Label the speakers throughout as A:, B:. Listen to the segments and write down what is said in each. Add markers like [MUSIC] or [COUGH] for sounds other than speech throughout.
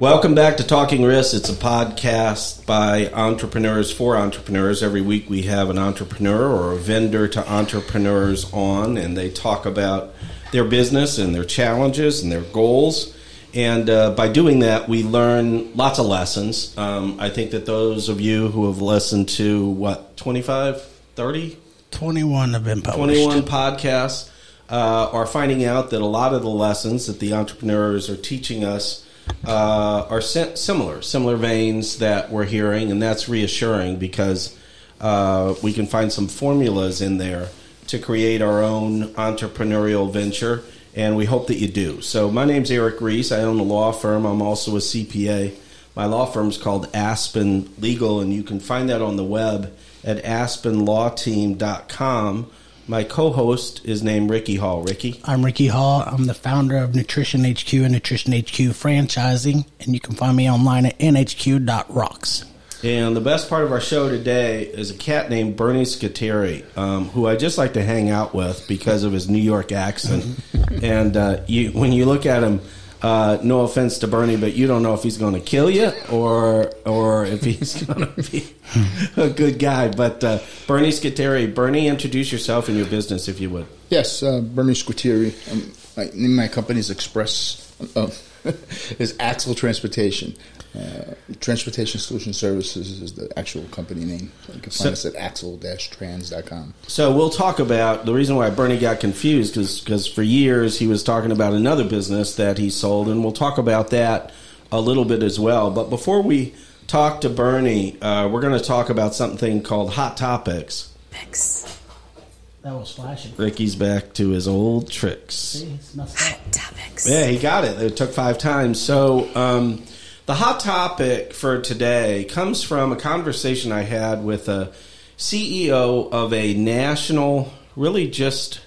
A: Welcome back to Talking Risk. It's a podcast by entrepreneurs for entrepreneurs. Every week we have an entrepreneur or a vendor to entrepreneurs on, and they talk about their business and their challenges and their goals. And uh, by doing that, we learn lots of lessons. Um, I think that those of you who have listened to what, 25, 30,
B: 21 have been published.
A: 21 podcasts uh, are finding out that a lot of the lessons that the entrepreneurs are teaching us uh, are sim- similar, similar veins that we're hearing, and that's reassuring because uh, we can find some formulas in there to create our own entrepreneurial venture, and we hope that you do. So, my name's Eric Reese. I own a law firm, I'm also a CPA. My law firm's called Aspen Legal, and you can find that on the web at aspenlawteam.com. My co host is named Ricky Hall. Ricky?
B: I'm Ricky Hall. I'm the founder of Nutrition HQ and Nutrition HQ Franchising, and you can find me online at nhq.rocks.
A: And the best part of our show today is a cat named Bernie Scateri, um, who I just like to hang out with because of his New York accent. and uh, you, when you look at him, uh, no offense to Bernie, but you don't know if he's going to kill you or or if he's [LAUGHS] going to be a good guy. But uh, Bernie Scateri, Bernie, introduce yourself and your business if you would.
C: Yes, uh, Bernie Squitieri. Um, my, name of my company is Express. Uh, [LAUGHS] is Axle Transportation. Uh, Transportation Solution Services is the actual company name. You can find
A: So-
C: us at axle-trans.com.
A: So we'll talk about the reason why Bernie got confused because for years he was talking about another business that he sold, and we'll talk about that a little bit as well. But before we talk to Bernie, uh, we're going to talk about something called Hot Topics.
D: Topics.
B: That was flashing.
A: Ricky's back to his old tricks.
B: It's messed up.
D: Topics.
A: Yeah, he got it. It took five times. So um, the hot topic for today comes from a conversation I had with a CEO of a national, really just,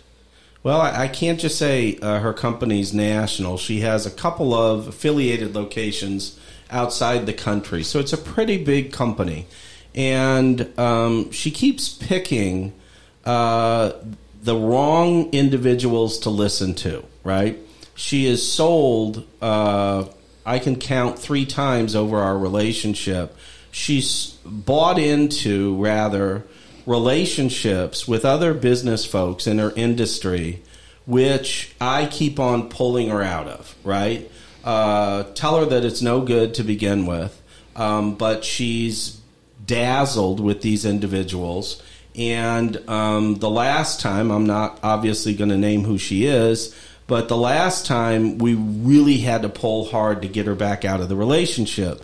A: well, I, I can't just say uh, her company's national. She has a couple of affiliated locations outside the country. So it's a pretty big company. And um, she keeps picking uh, the wrong individuals to listen to, right? She is sold, uh, I can count three times over our relationship. She's bought into, rather, relationships with other business folks in her industry, which I keep on pulling her out of, right? Uh, tell her that it's no good to begin with, um, but she's dazzled with these individuals. And um, the last time, I'm not obviously going to name who she is, but the last time we really had to pull hard to get her back out of the relationship.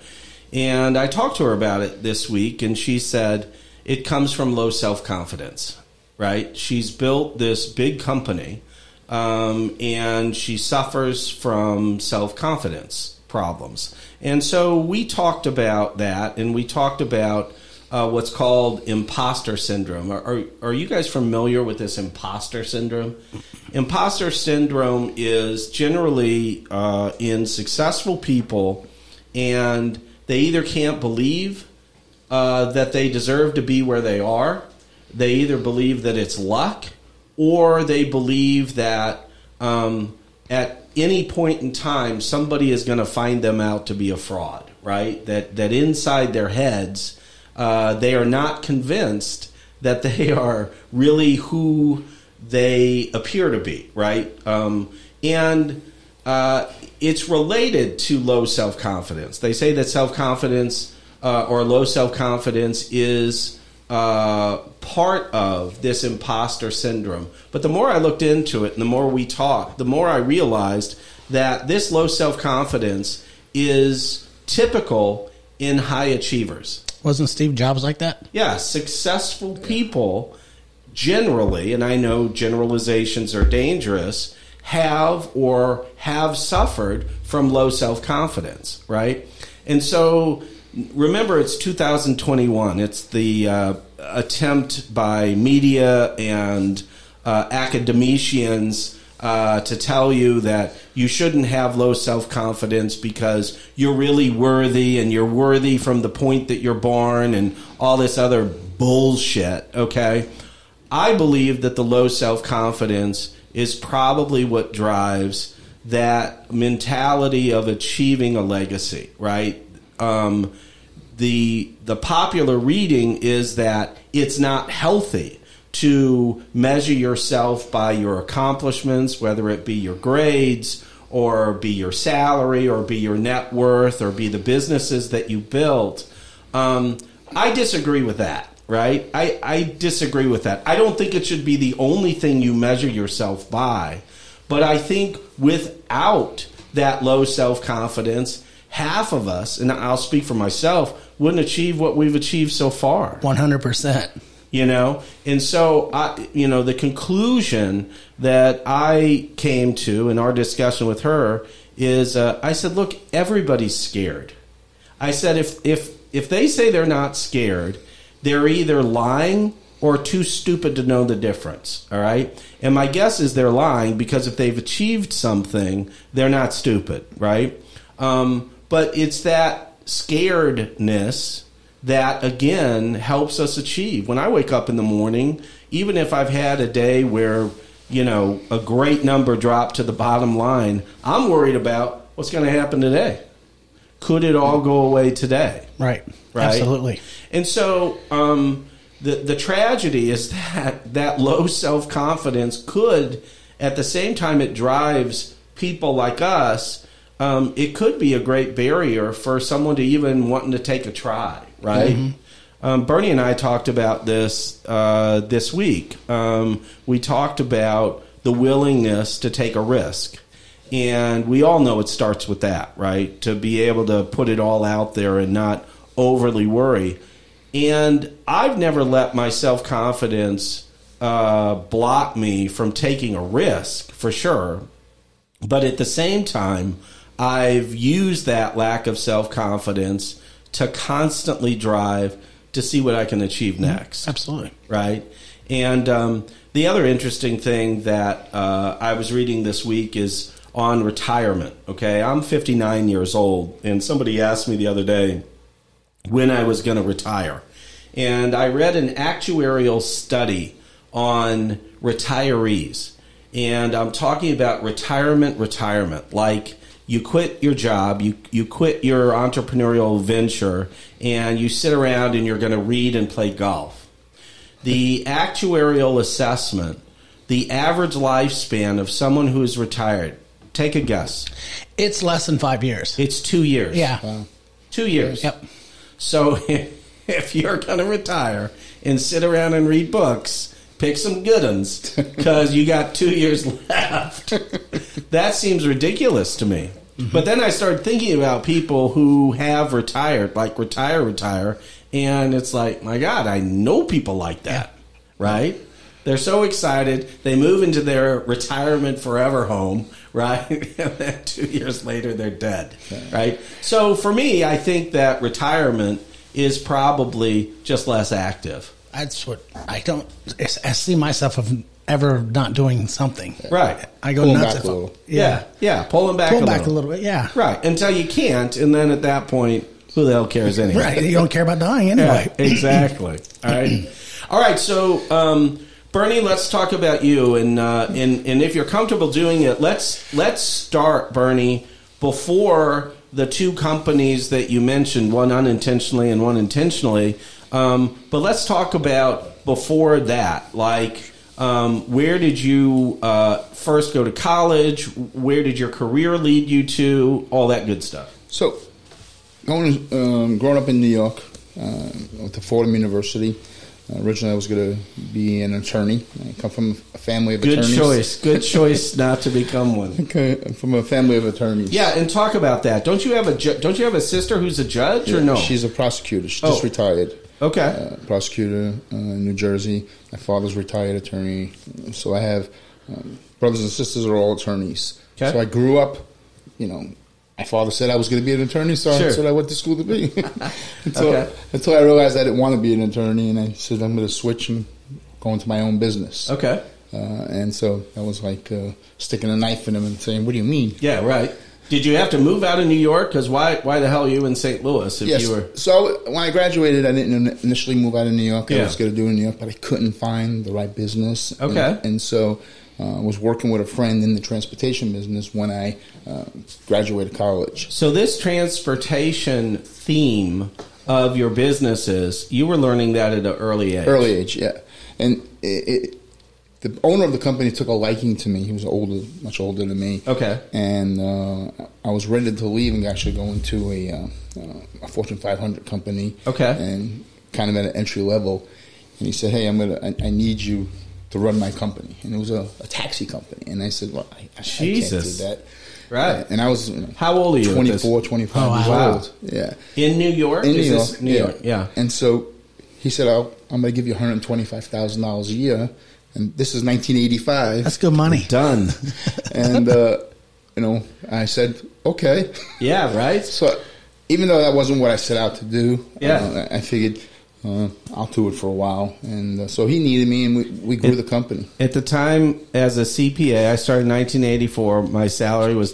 A: And I talked to her about it this week, and she said it comes from low self confidence, right? She's built this big company, um, and she suffers from self confidence problems. And so we talked about that, and we talked about uh, what's called imposter syndrome. Are, are, are you guys familiar with this imposter syndrome? Imposter syndrome is generally uh, in successful people, and they either can't believe uh, that they deserve to be where they are. They either believe that it's luck, or they believe that um, at any point in time somebody is going to find them out to be a fraud. Right? That that inside their heads uh, they are not convinced that they [LAUGHS] are really who they appear to be. Right? Um, and uh, it's related to low self confidence. They say that self confidence uh, or low self confidence is uh, part of this imposter syndrome. But the more I looked into it and the more we talked, the more I realized that this low self confidence is typical in high achievers.
B: Wasn't Steve Jobs like that?
A: Yeah, successful people generally, and I know generalizations are dangerous, have or have suffered from low self confidence, right? And so remember, it's 2021. It's the uh, attempt by media and uh, academicians uh, to tell you that you shouldn't have low self confidence because you're really worthy and you're worthy from the point that you're born and all this other bullshit, okay? I believe that the low self confidence is probably what drives that mentality of achieving a legacy, right? Um, the the popular reading is that it's not healthy to measure yourself by your accomplishments, whether it be your grades or be your salary or be your net worth or be the businesses that you built. Um, I disagree with that, right? I, I disagree with that. I don't think it should be the only thing you measure yourself by, but I think without that low self confidence, half of us, and I'll speak for myself, wouldn't achieve what we've achieved so far.
B: 100%.
A: You know, and so I, you know, the conclusion that I came to in our discussion with her is, uh, I said, look, everybody's scared. I said, if if if they say they're not scared, they're either lying or too stupid to know the difference. All right. And my guess is they're lying because if they've achieved something, they're not stupid, right? Um, but it's that scaredness that again helps us achieve. When I wake up in the morning, even if I've had a day where, you know, a great number dropped to the bottom line, I'm worried about what's going to happen today. Could it all go away today?
B: Right.
A: Right.
B: Absolutely.
A: And so um, the the tragedy is [LAUGHS] that that low self confidence could, at the same time, it drives people like us. Um, it could be a great barrier for someone to even wanting to take a try. Right. Um, Bernie and I talked about this uh, this week. Um, we talked about the willingness to take a risk. And we all know it starts with that, right? To be able to put it all out there and not overly worry. And I've never let my self confidence uh, block me from taking a risk, for sure. But at the same time, I've used that lack of self confidence to constantly drive to see what I can achieve next
B: Absolutely.
A: right? And um, the other interesting thing that uh, I was reading this week is on retirement. Okay, I'm 59 years old, and somebody asked me the other day when I was going to retire, and I read an actuarial study on retirees, and I'm talking about retirement, retirement, like. You quit your job, you, you quit your entrepreneurial venture, and you sit around and you're going to read and play golf the actuarial assessment, the average lifespan of someone who is retired, take a guess.
B: It's less than five years.
A: It's two years.
B: Yeah.
A: Two years.
B: Yep.
A: So [LAUGHS] if you're going to retire and sit around and read books, pick some good ones because you got two years [LAUGHS] left. that seems ridiculous to me. But then I started thinking about people who have retired, like retire, retire, and it's like, my God, I know people like that, right? They're so excited. They move into their retirement forever home, [LAUGHS] right? and then two years later, they're dead, right? So for me, I think that retirement is probably just less active.
B: That's what I don't. I see myself of ever not doing something.
A: Right.
B: I go
C: Pulling
B: nuts.
C: back
B: if
C: a
B: I-
C: little.
A: Yeah.
B: Yeah.
A: Yeah. Pulling back,
B: Pull
A: a,
B: back
A: little.
B: a little bit. Yeah.
A: Right. Until you can't. And then at that point, who the hell cares anyway?
B: Right. You don't care about dying
A: [LAUGHS] Yeah,
B: anyway.
A: exactly. All right. All right. So, um, Bernie, let's talk about you, and uh, and and if you're comfortable doing it, let's let's start, Bernie, before the two companies that you mentioned, one unintentionally and one intentionally. Um, but let's talk about before that, like. Um, where did you uh, first go to college? Where did your career lead you to? All that good stuff.
C: So, going, um, growing up in New York, uh, went to Fordham University. Uh, originally, I was going to be an attorney. I come from a family of
A: Good
C: attorneys.
A: choice. Good choice not to become one.
C: Okay, from a family of attorneys.
A: Yeah, and talk about that. Don't you have a ju- don't you have a sister who's a judge or no?
C: She's a prosecutor. She
A: Oh.
C: just retired.
A: okay.
C: Uh, prosecutor uh, in New Jersey. My father's retired attorney. So I have um, brothers and sisters are all attorneys.
A: Okay.
C: So I grew up, you know, my father said I was going to be an attorney, so
A: Sure.
C: I said I went to school to be. [LAUGHS] until,
A: Okay.
C: until I realized I didn't want to be an attorney, and I said I'm going to switch and go into my own business.
A: Okay.
C: Uh, and so that was like uh, sticking a knife in him and saying, "What do you mean?"
A: Yeah. Right. Did you have to move out of New York? Because why? Why the hell are you in St. Louis if
C: Yes.
A: you were?
C: So when I graduated, I didn't in- initially move out of New York.
A: Yeah.
C: I was going to do it in New York, but I couldn't find the right business.
A: Okay.
C: And, and so uh, was working with a friend in the transportation business when I uh, graduated college.
A: So this transportation theme of your businesses, you were learning that at an early age.
C: Early age, yeah. And it, it, the owner of the company took a liking to me. He was older, much older than me.
A: Okay.
C: And uh, I was ready to leave and actually go into a, uh, uh, a Fortune 500 company.
A: Okay.
C: And kind of at an entry level. And he said, "Hey, I'm gonna. I, I need you to run my company." And it was a, a taxi company. And I said, "Well, I, I
A: Jesus.
C: can't do that."
A: Right.
C: And I was you know,
A: How old are you at this-
C: 24, 25
B: Oh,
C: years
A: wow.
C: old. Yeah.
A: In New York?
C: In New
A: Is
C: York,
A: this New York, yeah.
C: And so he said, I'll, "I'm going to give you 125 thousand dollars a year." And this is
A: [LAUGHS]
C: 1985.
B: That's good money.
A: Done.
C: [LAUGHS] and uh, you know, I said, "Okay."
A: yeah, right?
C: So even though that wasn't what I set out to do,
A: Yeah.
C: uh, I figured uh, I'll do it for a while. And uh, so he needed me, and we, we grew the company.
A: At the time, as a CPA, I started in 1984. My salary was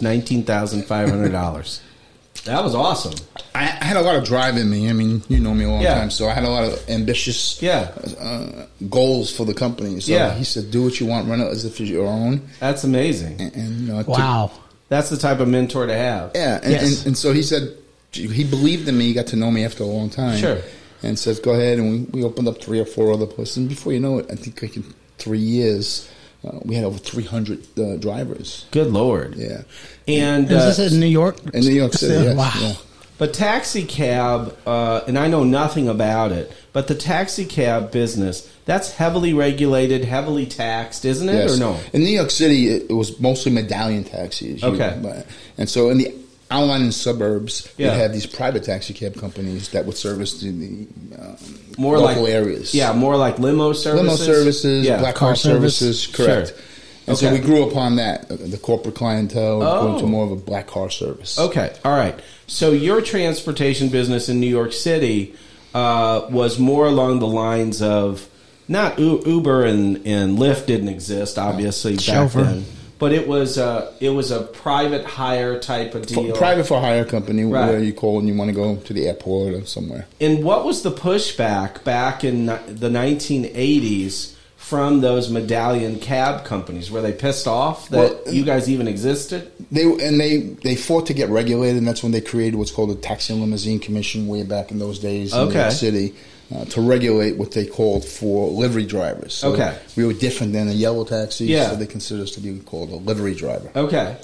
A: $19,500. that was awesome.
C: I, I had a lot of drive in me. I mean, you know me a long
A: Yeah.
C: time, so I had a lot of ambitious
A: Yeah.
C: uh, goals for the company. So
A: Yeah.
C: he said, "Do what you want, run it as if it's your own."
A: That's amazing.
C: And, and you know, it took-
B: Wow.
A: That's the type of mentor to have.
C: Yeah, and,
B: Yes.
C: and, and so he said he believed in me. He got to know me after a long time.
A: Sure.
C: And says, go ahead. And we, we opened up three or four other places. And before you know it, I think like in three years, uh, we had over 300 uh, drivers.
A: Good Lord.
C: Yeah.
A: And
B: Is
A: uh,
B: this in New York?
C: In New York
A: [LAUGHS]
C: City. yes,
B: wow.
C: yeah.
A: But taxi cab, uh, and I know nothing about it, but the taxi cab business, that's heavily regulated, heavily taxed, isn't it?
C: Yes.
A: Or no?
C: In New York City, it, it was mostly medallion taxis. you-
A: Okay.
C: but- and so in the outlying suburbs,
A: Yeah.
C: you have these private taxi cab companies that would service the, the um,
A: More
C: local
A: like
C: areas.
A: Yeah, more like limo services.
C: limo services,
A: yeah.
C: black
B: Car
C: car
B: service.
C: services, correct.
A: Sure.
C: And so
A: Okay.
C: we grew upon that, uh, the corporate clientele,
A: Oh.
C: going to more of a black car service.
A: Okay, all right. So your transportation business in New York City uh, was more along the lines of not U- Uber and, and Lyft didn't exist obviously back
B: Chauffeur.
A: then, but it was a, it was a private hire type of
C: For-
A: deal.
C: private for hire company
A: Right.
C: where you call and you want to go to the airport or somewhere.
A: And what was the pushback back in ni- the 1980s from those medallion cab companies? Were they pissed off that
C: Well,
A: you guys even existed?
C: They and they they fought to get regulated, and that's when they created what's called the Taxi and Limousine Commission way back in those days in New
A: Okay.
C: York City uh, to regulate what they called for livery drivers. So
A: Okay.
C: we were different than a yellow taxi,
A: Yeah. Oh.
C: so they considered us to be called a livery driver,
A: Okay.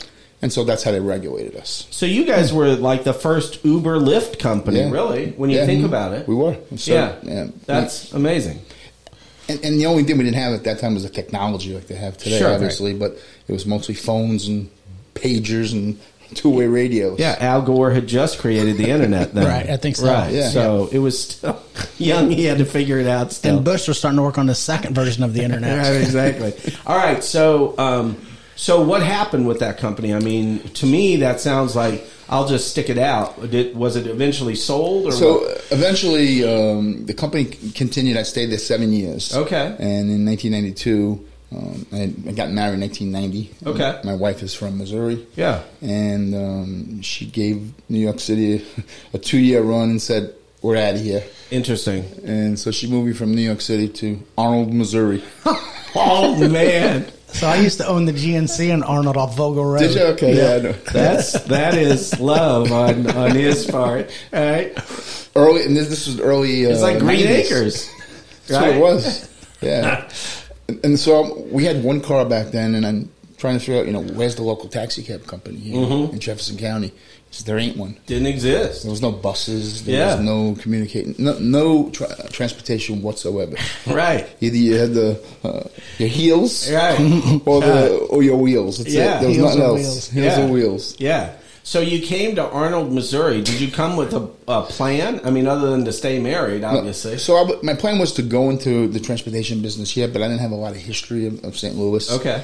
C: and so that's how they regulated us.
A: So you guys were like the first Uber Lyft company,
C: Yeah.
A: really, when you
C: Yeah. Mm-hmm.
A: think about it.
C: We were. So,
A: yeah.
C: yeah.
A: That's amazing.
C: And, and the only thing we didn't have at that time was the technology like they have today,
A: Sure,
C: obviously. But it was mostly phones and pagers and [LAUGHS] two-way radios.
A: Yeah, Al Gore had just created the internet then.
B: Right, I think so.
A: Right.
C: Yeah.
A: So it was still [LAUGHS] young, he had to figure it out still.
B: And Bush was starting to work on the second version
C: [LAUGHS]
B: of the
A: Right,
B: internet.
A: exactly. [LAUGHS] All right, so um, so what happened with that company? I mean, to me, that sounds like I'll just stick it out. Did, was it eventually sold or
C: So
A: what?
C: uh, eventually, um, the company c- continued. I stayed there seven years.
A: Okay.
C: And in 1992, um, I, I got married in 1990.
A: Okay.
C: My wife is from Missouri.
A: Yeah.
C: And um, she gave New York City [LAUGHS] a two-year run and said, "We're out of here."
A: Interesting.
C: And so she moved me from New York City to
A: [LAUGHS]
C: Arnold, Missouri.
A: Oh man,
B: so I used to own the GNC in Arnold off Vogel Road.
C: Did you? Okay. [LAUGHS] Yeah. I know.
A: that's [LAUGHS] that is love on on his part. All right,
C: early, and this, this was early. Uh,
A: it's like Green
C: 90s.
A: Acres.
C: That's what it was. Yeah.
A: [LAUGHS]
C: and, and so um, we had one car back then, and I'm trying to figure out, you know, where's the local taxi cab company here
A: Mm-hmm.
C: in Jefferson County? Because there ain't one.
A: Didn't exist.
C: [LAUGHS] There was no buses. There
A: Yeah.
C: was no communicating. No, no tra-
A: [LAUGHS]
C: transportation whatsoever.
A: Right.
C: Either you had the uh, your heels,
A: Right.
C: [LAUGHS] or the or your wheels. That's
A: Yeah.
C: it. There was
B: Heels
C: nothing
B: or
C: else.
B: wheels.
C: Heels or wheels.
A: Yeah. So you came to Arnold, Missouri. Did you come with a, a plan? I mean, other than to stay married, obviously.
C: So I w my plan was to go into the transportation business here, but I didn't have a lot of history of, of St. Louis.
A: Okay.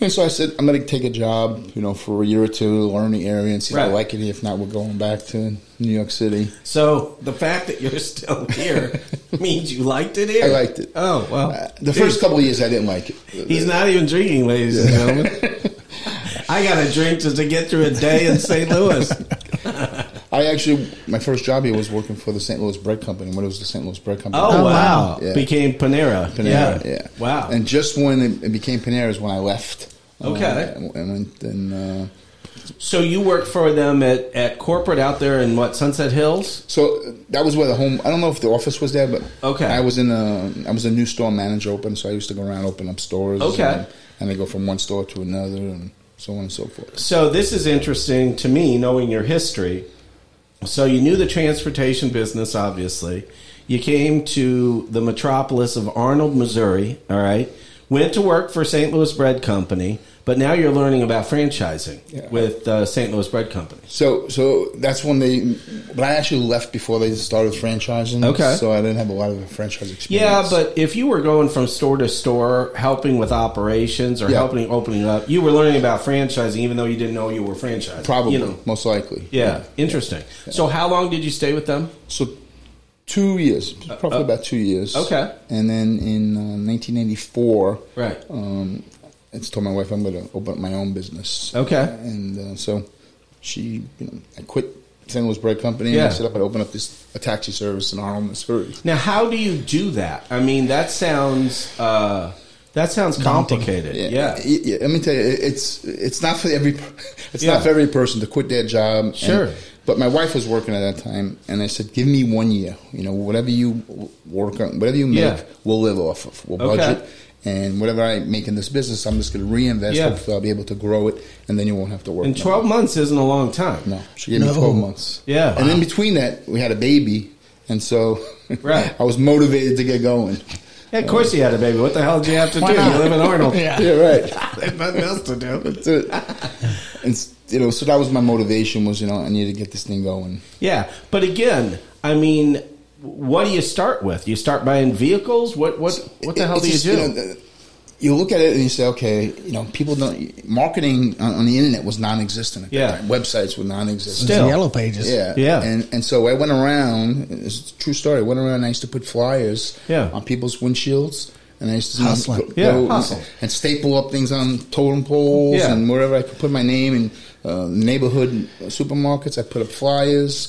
C: And so I said, I'm going to take a job, you know, for a year or two, learn the area and see if
A: Right.
C: I like it. If not, we're going back to New York City.
A: So the fact that you're [LAUGHS] still
C: [LAUGHS]
A: here means you liked it here.
C: I liked it.
A: Oh well.
C: Uh, the first couple of years, I didn't like it.
A: He's not even drinking, ladies and
C: [LAUGHS] [LAUGHS]
A: gentlemen. I got to drink just to get through a day in St. Louis.
C: I I actually, my first job here was working for the St. Louis Bread Company. When it was the St. Louis Bread Company.
A: Oh,
B: Oh,
A: wow!
B: wow.
C: Yeah.
A: Became Panera.
C: Panera, yeah.
A: Wow.
C: And just when it, it became Panera is when I left.
A: Okay.
C: Uh, and went and uh,
A: so you work for them at, at corporate out there in what Sunset Hills?
C: so that was where the home. I don't know if the office was there, but
A: Okay.
C: I was in a I was a new store manager open, so I used to go around open up stores.
A: Okay.
C: and, and I go from one store to another, and so on and so forth.
A: So this is interesting to me, knowing your history. So you knew the transportation business, obviously. You came to the metropolis of Arnold, Missouri. All right. Went to work for St. Louis Bread Company, but now you're learning about franchising
C: Yeah.
A: with uh, St. Louis Bread Company.
C: So, so that's when they. But I actually left before they started franchising.
A: Okay.
C: So I didn't have a lot of franchise
A: Yeah,
C: experience.
A: but if you were going from store to store, helping with operations or
C: Yeah.
A: helping opening up, you were learning about franchising, even though you didn't know you were franchising.
C: probably
A: you know.
C: most likely.
A: Yeah, interesting. So, how long did you stay with them?
C: So, two years, probably about two years.
A: Uh, okay.
C: And then in uh, 1984,
A: Right.
C: um, I just told my wife I'm going to open up my own business.
A: Okay.
C: And uh, so she, you know, I quit St. Louis Bread Company. And
A: Yeah.
C: I set up and opened up this a taxi service in Arnold, Missouri.
A: Now, how do you do that? I mean, that sounds uh, that sounds complicated. Yeah.
C: y- yeah. Let me tell you, it- it's it's not for every [LAUGHS] it's
A: Yeah.
C: not for every person to quit their job. and-
A: Sure.
C: but my wife was working at that time, and I said, "Give me one year. You know, whatever you work on, whatever you make,
A: Yeah.
C: we'll live off of. We'll
A: Okay.
C: budget." And whatever I make in this business, I'm just going to reinvest.
A: Yeah.
C: Hopefully, I'll be able to grow it, and then you won't have to work.
A: And
C: no
A: twelve months isn't a long time.
C: more. No, she gave me
B: No.
C: 12 months.
A: Yeah.
C: and
A: Wow.
C: in between that, we had a baby, and so
A: Right.
C: [LAUGHS] I was motivated to get going.
A: Yeah, of course you had a baby. What the hell did you have to do?
B: Why
A: You
B: not?
A: live in Arnold.
B: Yeah.
C: [LAUGHS] Yeah,
A: [LAUGHS]
C: right.
A: Nothing else to do.
C: That's it. and you know, so that was my motivation was you know I need to get this thing going.
A: Yeah, but again, I mean, what do you start with? You start buying vehicles. What what what the
C: It-
A: hell
C: it's
A: do you
C: just,
A: do?
C: know, the- you look at it and you say, okay, you know, people don't marketing on, on the internet was non-existent. At that
A: Yeah.
C: time. websites were non-existent.
A: Still.
B: Yellow pages.
C: Yeah,
A: Yeah.
C: and and so I went around. It's a true story. I went around. and I used to put flyers,
A: Yeah.
C: on people's windshields, and I used to
B: Hustling.
C: go-
A: Yeah,
C: go
A: hustle.
C: and staple up things on totem poles
A: Yeah.
C: and wherever I could put my name in uh, neighborhood supermarkets. I put up flyers.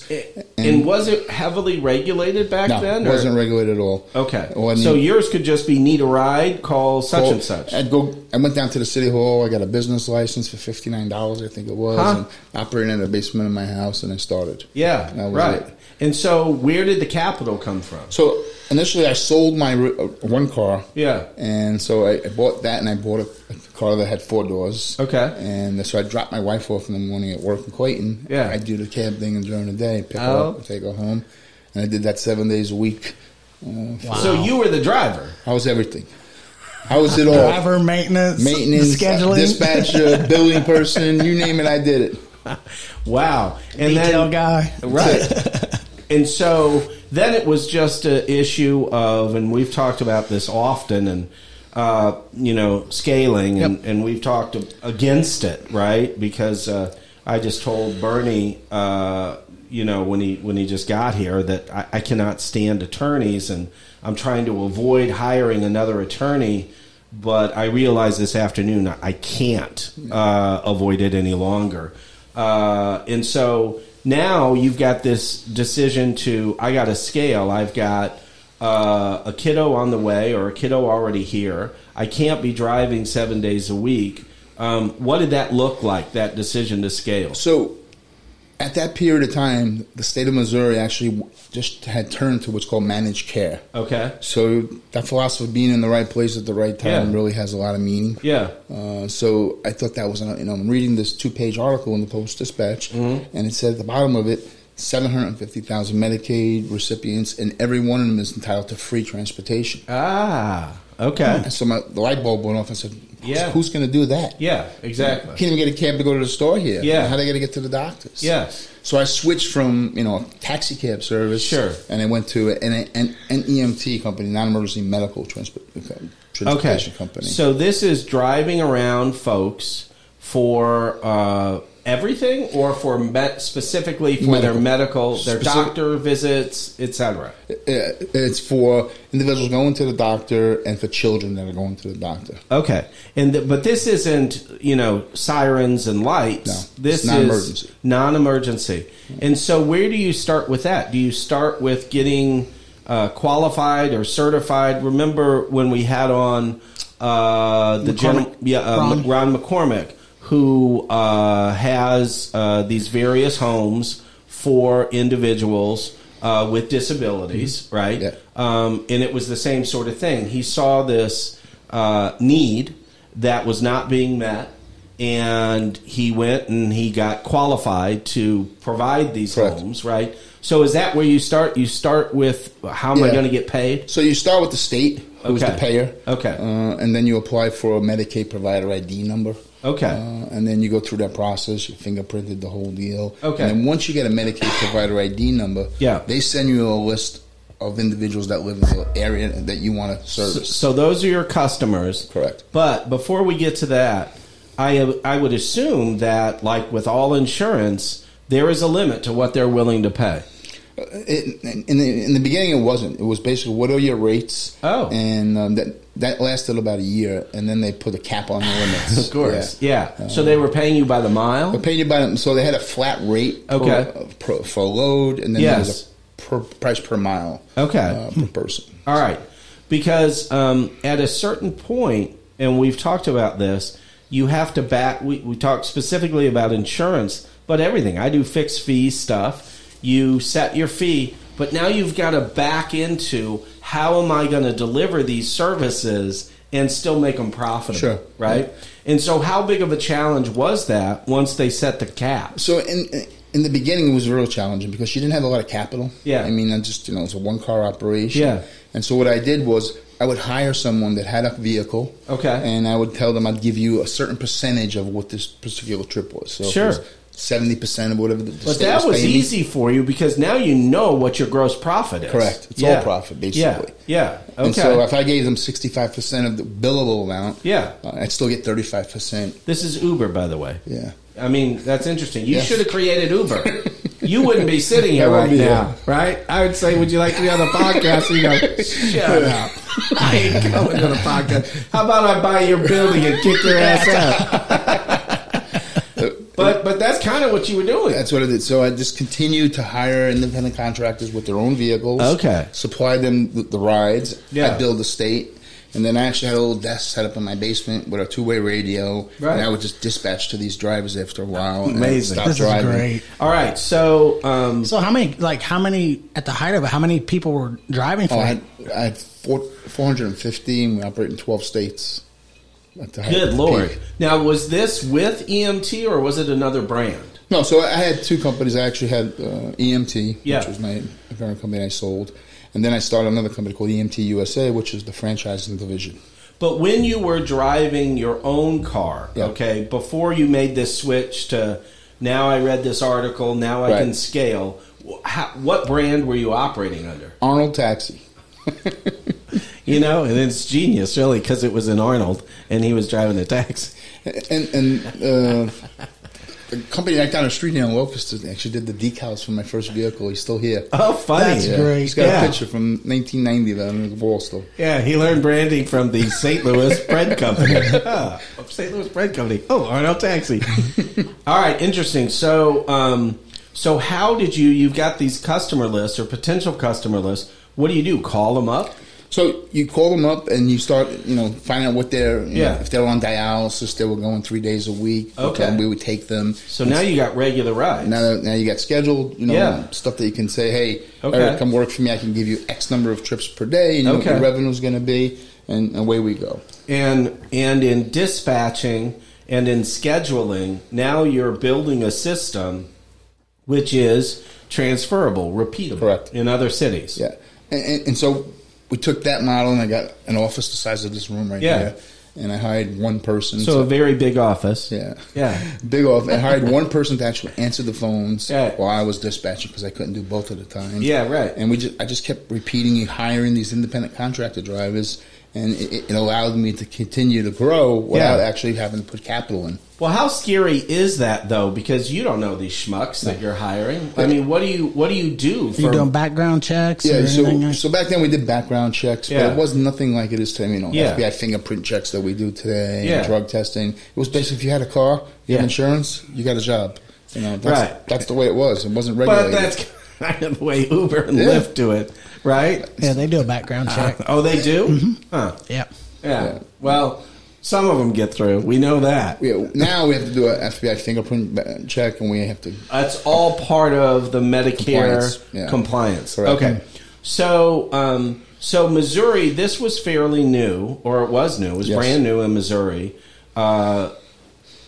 A: And, was it heavily regulated back
C: No,
A: then?
C: it
A: or-
C: wasn't regulated at all.
A: Okay,
C: When
A: so yours could just be need a ride, call such
C: well,
A: and such.
C: I'd go. I went down to the city hall. I got a business license for fifty nine dollars, I think it was,
A: Huh.
C: and operating in the basement of my house, and I started.
A: yeah,
C: And that was
A: right.
C: it.
A: And so, where did the capital come from?
C: So initially, I sold my r- uh, one car.
A: Yeah.
C: And so I, I bought that, and I bought a, a car that had four doors.
A: Okay.
C: And so I dropped my wife off in the morning at work in Clayton.
A: Yeah.
C: I do the cab thing during the day, pick her
A: Oh.
C: up, take her home, and I did that seven days a week. Uh,
B: Wow.
A: So you were the driver.
C: I was everything. I was it all.
B: driver maintenance,
C: Maintenance, uh,
B: scheduling, [LAUGHS]
C: dispatcher, billing person, you name it, I did it.
A: Wow, and
B: detail guy.
A: [LAUGHS] right? and so then it was just an issue of, and we've talked about this often, and uh, you know, scaling, and, and we've talked against it, right? Because uh, I just told Bernie, uh, you know, when he when he just got here, that I, I cannot stand attorneys, and I'm trying to avoid hiring another attorney. But I realized this afternoon I can't uh, avoid it any longer. Uh, and so now you've got this decision to I got to scale. I've got uh, a kiddo on the way or a kiddo already here. I can't be driving seven days a week. Um, what did that look like? That decision to scale.
C: So, at that period of time, the state of Missouri actually w- just had turned to what's called managed care.
A: Okay.
C: So that philosophy of being in the right place at the right time
A: Yeah.
C: really has a lot of meaning.
A: Yeah.
C: Uh, so I thought that was, you know, I'm reading this two-page article in the Post Dispatch,
A: Mm-hmm.
C: and it said at the bottom of it, 750,000 Medicaid recipients, and every one of them is entitled to free transportation.
A: Ah. Okay.
C: And so my, the light bulb went off. and said,
A: Yeah.
C: who's going to do that?
A: Yeah.
C: I
A: Exactly.
C: can't even get a cab to go to the store here.
A: Yeah.
C: How are they going to get to the doctors?
A: Yes.
C: So I switched from you know taxi cab service,
A: Sure.
C: and I went to an, an, an EMT company, non-emergency medical uh, transport,
A: Okay.
C: transportation company.
A: So this is driving around folks for uh, everything or for met, specifically for their
C: Medical.
A: medical, their
C: Specific-
A: doctor visits, etc.?
C: Yeah, Uh, it's for individuals going to the doctor and for children that are going to the doctor.
A: Okay, and th- but this isn't you know sirens and
C: No,
A: lights.
C: it's
A: this
C: non-emergency.
A: is non-emergency. And so, where do you start with that? Do you start with getting uh, qualified or certified? Remember when we had on uh, the
B: McCormick.
A: gentleman, yeah, uh,
B: Ron.
A: Ron McCormick, who uh, has uh, these various homes for individuals uh, with disabilities, right?
C: Yeah.
A: Um, and it was the same sort of thing. He saw this uh, need that was not being met, and he went and he got qualified to provide these
C: Correct.
A: homes, right? So is that where you start? You start with how am I
C: Yeah.
A: going to get paid?
C: So you start with the state, who's
A: Okay.
C: the payer.
A: Okay.
C: Uh, and then you apply for a Medicaid provider ID number.
A: Okay.
C: Uh, and then you go through that process. You fingerprinted the whole deal.
A: Okay.
C: And then once you get a Medicaid provider ID number,
A: Yeah.
C: they send you a list of individuals that live in the area that you want to
A: So,
C: service.
A: so those are your customers,
C: Correct.
A: But before we get to that, I I would assume that like with all insurance, there is a limit to what they're willing to pay.
C: Uh, It, in, the, in the beginning, it wasn't. It was basically what are your rates?
A: Oh.
C: and um, that that lasted about a year, and then they put a cap on the
A: [LAUGHS]
C: limits.
A: Of course, yeah. so they were paying you by the mile.
C: They paid you by them, so they had a flat rate per-
A: Okay.
C: uh, per, for load, and then
A: Yes.
C: there was a per, price per mile.
A: Okay.
C: uh, per person.
A: All right, because um, at a certain point, and we've talked about this, you have to back. We, we talked specifically about insurance, but everything. I do fixed fee stuff. You set your fee, but now you've got to back into how am I going to deliver these services and still make them profitable,
C: Sure.
A: right? And so, how big of a challenge was that once they set the cap?
C: So in in the beginning, it was real challenging because she didn't have a lot of capital.
A: Yeah.
C: I mean, I just you know, it's a one car operation.
A: Yeah.
C: And so what I did was I would hire someone that had a vehicle.
A: Okay.
C: And I would tell them I'd give you a certain percentage of what this particular trip was. So
A: Sure.
C: Seventy percent of whatever. The the
A: But
C: state
A: that was
C: paying me.
A: easy for you because now you know what your gross profit is.
C: Correct. It's all profit, basically.
A: Yeah. yeah. Okay.
C: And so if I gave them sixty five percent of the billable amount,
A: Yeah.
C: uh, I'd still get thirty five percent.
A: this is Uber, by the way.
C: Yeah.
A: I mean, that's interesting. You
C: Yeah.
A: should have created
C: [LAUGHS]
A: Uber. you wouldn't be sitting here
C: I
A: right
C: wouldn't be
A: now,
C: here.
A: right? I would say, "Would you like to be on the podcast?" And you go,
C: [LAUGHS]
A: "Shut up! I ain't coming to the podcast. How about I buy your building and kick your ass
C: [LAUGHS]
A: out?" but but that's kind of what you were doing.
C: That's what I did. So I just continued to hire independent contractors with their own vehicles.
A: Okay.
C: Supply them the, the rides.
A: Yeah.
C: I build the state. And then I actually had a little desk set up in my basement with a two way radio.
A: Right.
C: And I would just dispatch to these drivers after a while. And
A: Amazing.
C: Stop
B: This is
C: driving.
B: great.
A: All right, so um,
B: So how many, like how many at the height of it? How many people were driving for
C: Oh, I
B: it?
C: had, I had four, 450 and we operate in 12 states. At the height of
A: Good
C: the
A: lord!
C: peak.
A: Now, was this with EMT or was it another brand?
C: No, so I had two companies. I actually had uh, EMT,
A: Yeah.
C: which was my parent company I sold. And then I started another company called E EMT USA, which is the franchising division.
A: But when you were driving your own car,
C: Yeah.
A: okay, before you made this switch to now, I read this article. Now I
C: Right.
A: can scale. wh- How, what brand were you operating under?
C: Arnold Taxi.
A: You know, and it's genius, really, because it was in Arnold and he was driving a taxi. [LAUGHS]
C: And, and uh, [LAUGHS] the company right down the street here in Locust actually did the decals for my first vehicle. He's still here.
A: Oh, funny!
B: That's great.
C: He's got
A: Yeah.
C: a picture from 1990 that on the wall still.
A: Yeah, he learned branding from the St. Louis Bread
C: [LAUGHS]
A: Company. Ah, St. Louis Bread Company. Oh, Arnold Taxi. All right, interesting. So, um, so how did you? You've got these customer lists or potential customer lists. What do you do? Call them up.
C: So you call them up and you start, you know, find out what they're, you
A: Yeah.
C: know, if they're on dialysis, they were going three days a week. what
A: Okay.
C: time we would take them.
A: So now you got regular rides.
C: Now, now you got scheduled, you know,
A: Yeah.
C: stuff that you can say, hey,
A: Okay.
C: Eric, come work for me. I can give you X number of trips per day, and you know what
A: Okay.
C: your revenue's going to be, and away we go.
A: and and in dispatching and in scheduling now you're building a system which is transferable repeatable
C: Correct.
A: in other cities
C: Yeah, and, and, and so we took that model, and I got an office the size of this room right
A: Yeah.
C: here, and I hired one person.
A: so a very big office
C: yeah, [LAUGHS]
A: yeah
C: big off. I hired one person to actually answer the phones
A: Yeah.
C: while I was dispatching because I couldn't do both at a time.
A: Yeah, right.
C: And we just, I just kept repeating hiring these independent contractor drivers. and it, it allowed me to continue to grow without
A: Yeah.
C: actually having to put capital in.
A: Well, how scary is that though? Because you don't know these schmucks that you're hiring. I mean, what do you what do you do? For,
B: You doing
A: [LAUGHS]
B: background checks?
C: Yeah,
B: or anything
C: so,
B: like-
C: so back then we did background checks, but
A: Yeah.
C: it was nothing like it is today. You know,
A: Yeah.
C: FBI fingerprint checks that we do today, and
A: Yeah.
C: drug testing. It was basically if you had a car, you
A: Yeah.
C: have insurance, you got a job. You know, that's,
A: Right.
C: that's the way it was. It wasn't
A: but
C: regulated.
A: that's kind of the way Uber and
C: Yeah.
A: Lyft do it, right?
B: yeah, they do a background check.
A: Oh, they do. Huh.
B: yeah.
A: Yeah.
C: Yeah.
A: Well, some of them get through. We know that.
C: yeah, now we have to do an FBI fingerprint uh, check, and we have to.
A: That's all part of the Medicare compliance.
C: Compliance, yeah. Correct.
A: Okay. So, um, so Missouri, this was fairly new, or it was new. It was
C: Yes.
A: brand new in Missouri. Uh,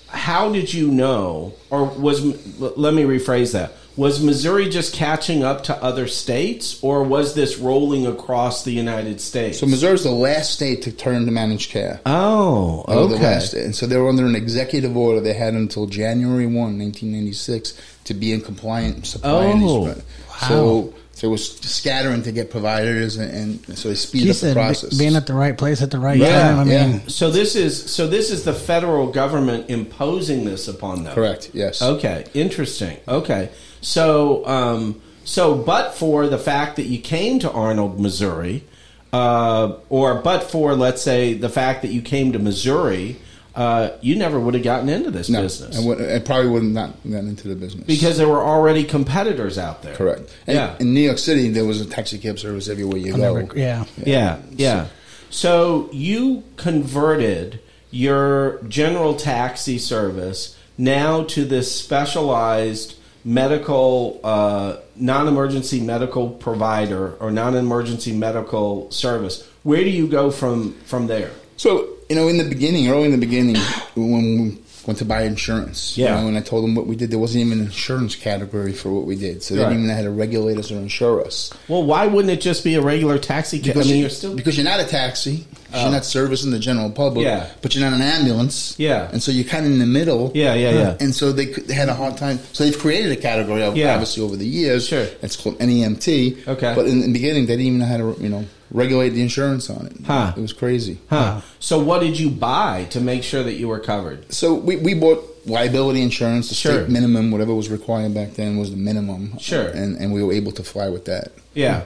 A: how did you know, or was? Let me rephrase that. Was Missouri just catching up to other states, or was this rolling across the United States?
C: So Missouri's the last state to turn to managed care.
A: oh,
C: They were the
A: okay.
C: last. And so they were under an executive order they had until January 1, 1996, to be in compliance. Supplying
A: Oh,
C: these, So, so it was scattering to get providers, and, and so they speed
B: He
C: up the
B: said
C: process.
B: be- being at the right place at the right
A: Yeah,
B: time. I
C: yeah.
B: mean,
A: So this is so this is the federal government imposing this upon them.
C: Correct, yes.
A: Okay. Interesting. Okay. So um, so but for the fact that you came to Arnold, Missouri, uh, or but for let's say the fact that you came to Missouri, uh, you never would have gotten into this
C: No,
A: business
C: I, would, I probably would have not gotten into the business.
A: because there were already competitors out there.
C: Correct. And
A: yeah.
C: In New York City, there was a taxi cab service everywhere you go.
B: never, yeah.
A: Yeah, yeah. So you converted your general taxi service now to this specialized medical, uh, non emergency medical provider or non emergency medical service. Where do you go from from there?
C: So you know, in the beginning, early in the beginning, when we went to buy insurance,
A: Yeah.
C: you know, and I told them what we did, there wasn't even an insurance category for what we did, so they
A: Right.
C: didn't even know how to regulate us or insure us.
A: Well, why wouldn't it just be a regular taxi? Ca- I mean, you're still Oh.
C: because you're not a taxi, 'cause you're not servicing the general public,
A: Yeah.
C: but you're not an ambulance,
A: Yeah.
C: and so you're kind of in the middle,
A: Yeah, yeah, yeah.
C: and so they, could- they had a hard time. So they've created a category, of,
A: Yeah.
C: obviously, over the years.
A: Sure.
C: it's called NEMT.
A: Okay.
C: but in the beginning, they didn't even know how to you know regulate the insurance on it.
A: Huh.
C: It was crazy.
A: huh? So what did you buy to make sure that you were covered?
C: So we, we bought liability insurance, the
A: Sure.
C: state minimum, whatever was required back then was the minimum.
A: Sure.
C: And, and we were able to fly with that.
A: Yeah.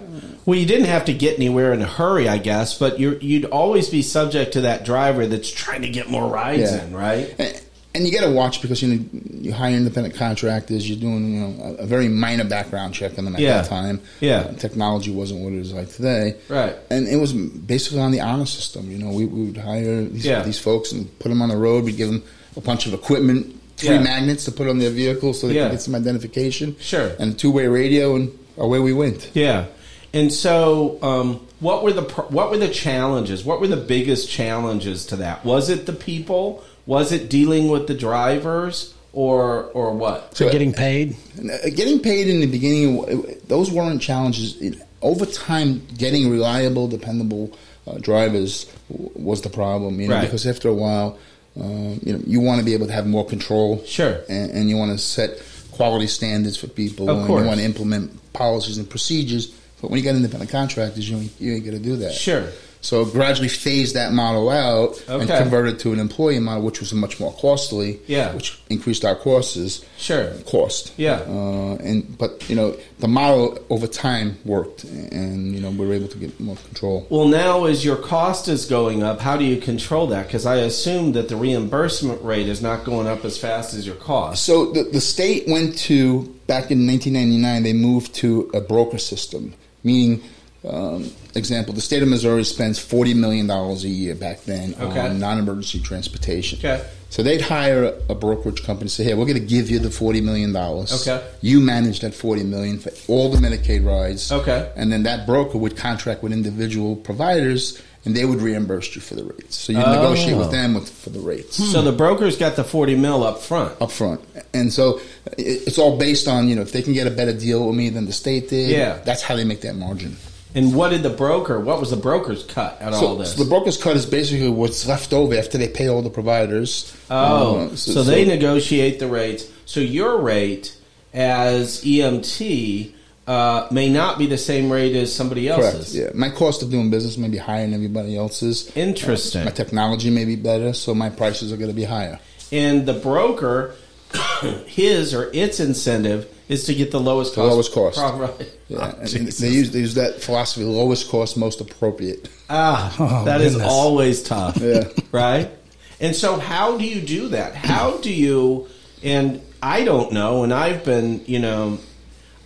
A: Well, you didn't have to get anywhere in a hurry, I guess, but you're, you'd always be subject to that driver that's trying to get more rides
C: Yeah.
A: in, right?
C: And, and you got to watch because you know you hire independent contractors. You're doing you know a, a very minor background check on them at
A: Yeah.
C: that time.
A: Yeah.
C: Uh, technology wasn't what it is like today.
A: Right.
C: And it was basically on the honor system. You know, we, we would hire these,
A: Yeah.
C: these folks and put them on the road. We'd give them a bunch of equipment, three
A: Yeah.
C: magnets to put on their vehicle so they
A: Yeah.
C: could get some identification.
A: Sure.
C: And two way radio, and away we went.
A: Yeah. And so, um, what were the pro- what were the challenges? What were the biggest challenges to that? Was it the people? Was it dealing with the drivers, or or what?
B: So getting paid.
C: And, uh, Getting paid in the beginning, w- those weren't challenges. It- Over time, getting reliable, dependable uh, drivers w- was the problem. You know,
A: Right.
C: because after a while, um, you know, you want to be able to have more control.
A: Sure.
C: And, and you want to set quality standards for people.
A: Of
C: and
A: course.
C: You want to implement policies and procedures. But when you got independent contractors, you ain't, you ain't going to do that.
A: Sure.
C: So gradually phase that model out and
A: Okay.
C: convert it to an employee model, which was much more costly.
A: Yeah.
C: Which increased our courses
A: Sure.
C: cost.
A: Yeah.
C: Uh, and but you know the model over time worked, and you know we were able to get more control.
A: Well, now as your cost is going up, how do you control that? Because I assume that the reimbursement rate is not going up as fast as your cost.
C: So the the state went to back in 1999. They moved to a broker system, meaning. Um, example: The state of Missouri spends forty million dollars a year back then
A: Okay.
C: on non-emergency transportation.
A: Okay.
C: So they'd hire a- a brokerage company and say, "Hey, we're going to give you the forty million dollars.
A: Okay.
C: You manage that forty million for all the Medicaid rides.
A: Okay.
C: And then that broker would contract with individual providers, and they would reimburse you for the rates. So you
A: Oh.
C: negotiate with them with, for the rates
A: So the broker's got the forty mil up front.
C: up front. And so it- it's all based on you know if they can get a better deal with me than the state did.
A: Yeah.
C: That's how they make that margin.
A: And what did the broker? What was the broker's cut out of
C: So,
A: all this?
C: so the broker's cut is basically what's left over after they pay all the providers.
A: oh,
C: Uh,
A: so, they negotiate the rates. So your rate as EMT E uh, may not be the same rate as somebody else's.
C: Yeah, my cost of doing business may be higher than everybody else's.
A: Interesting.
C: My technology may be better, so my prices are going to be higher.
A: Oh, and the broker, [COUGHS] his or its incentive is to get the lowest cost.
C: lowest cost.
A: Pro- [LAUGHS] right.
C: Yeah,
A: Oh,
C: and
A: Jesus.
C: they use they use that philosophy: lowest cost, most appropriate.
A: Ah,
B: Oh,
A: that is
B: goodness.
A: always
B: [LAUGHS]
A: tough.
C: Yeah.
A: Right? And so, how do you do that? How do you, and I don't know, and I've been, you know,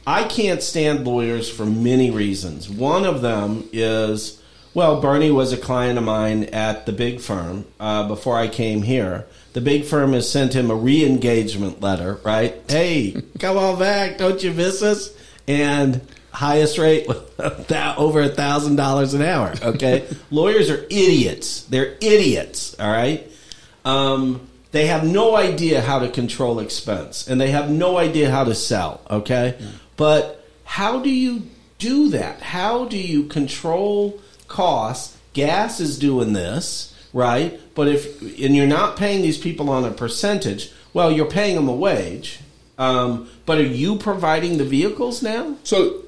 A: I can't stand lawyers for many reasons. One of them is, well, Bernie was a client of mine at the big firm uh, before I came here. The big firm has sent him a re engagement letter, right? Hey, come on back. Don't you miss us? And highest rate [LAUGHS] that over a thousand dollars an hour okay lawyers are idiots they're idiots all right um, they have no idea how to control expense and they have no idea how to sell okay but how do you do that how do you control costs gas is doing this right but if and you're not paying these people on a percentage well you're paying them a wage um, but are you providing the vehicles now
C: So,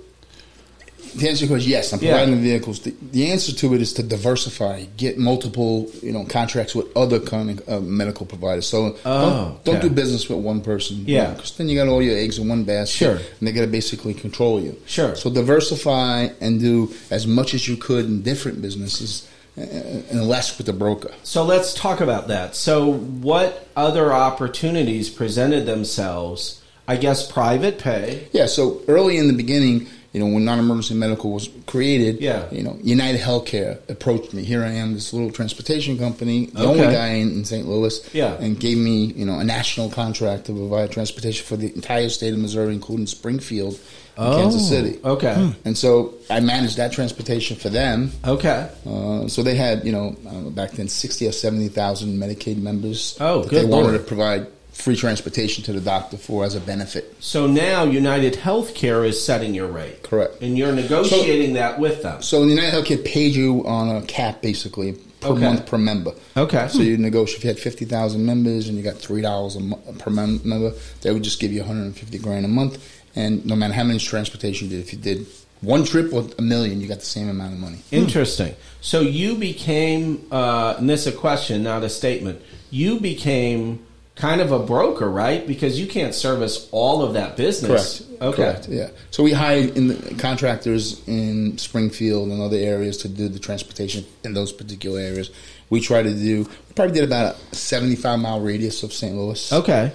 C: the answer was yes. I'm
A: Yeah.
C: providing the vehicles. The, the answer to it is to diversify, get multiple, you know, contracts with other kind of, uh, medical providers. So
A: Oh,
C: don't, don't
A: okay.
C: do business with one person.
A: Yeah.
C: because then you got all your eggs in one basket.
A: Sure.
C: and they got to basically control you.
A: Sure.
C: So diversify and do as much as you could in different businesses, uh, and less with the broker.
A: So let's talk about that. So, what other opportunities presented themselves? I guess private pay.
C: Yeah, so early in the beginning, you know, when non-emergency medical was created,
A: Yeah.
C: you know, United Healthcare approached me. Here I am, this little transportation company, the
A: Okay.
C: only guy in, in St. Louis,
A: Yeah.
C: and gave me, you know, a national contract to provide transportation for the entire state of Missouri, including Springfield and Kansas City.
A: Oh,
C: Hmm.
A: Okay.
C: And so I managed that transportation for them.
A: Okay.
C: Uh, so they had, you know, uh, back then sixty or seventy thousand Medicaid members
A: Oh,
C: that
A: good
C: they wanted
A: Lord.
C: to provide free transportation to the doctor for as a benefit.
A: So now United Healthcare is setting your rate.
C: Correct.
A: And you're negotiating that with them.
C: So the United Healthcare paid you on a cap, basically per
A: Okay.
C: month per member.
A: Okay.
C: So you negotiate. If you had fifty thousand members and you got three dollars a mo- per mem- member, they would just give you one hundred and fifty grand a month. And no matter how many transportation you did, if you did one trip or a million, you got the same amount of money.
A: Interesting. So you became, uh, and this is a question, not a statement. You became kind of a broker, right? Because you can't service all of that business. Okay.
C: Correct. Yeah. So we hired in the contractors in Springfield and other areas to do the transportation in those particular areas. We try to do. We probably did about a seventy-five mile radius of St. Louis.
A: Okay.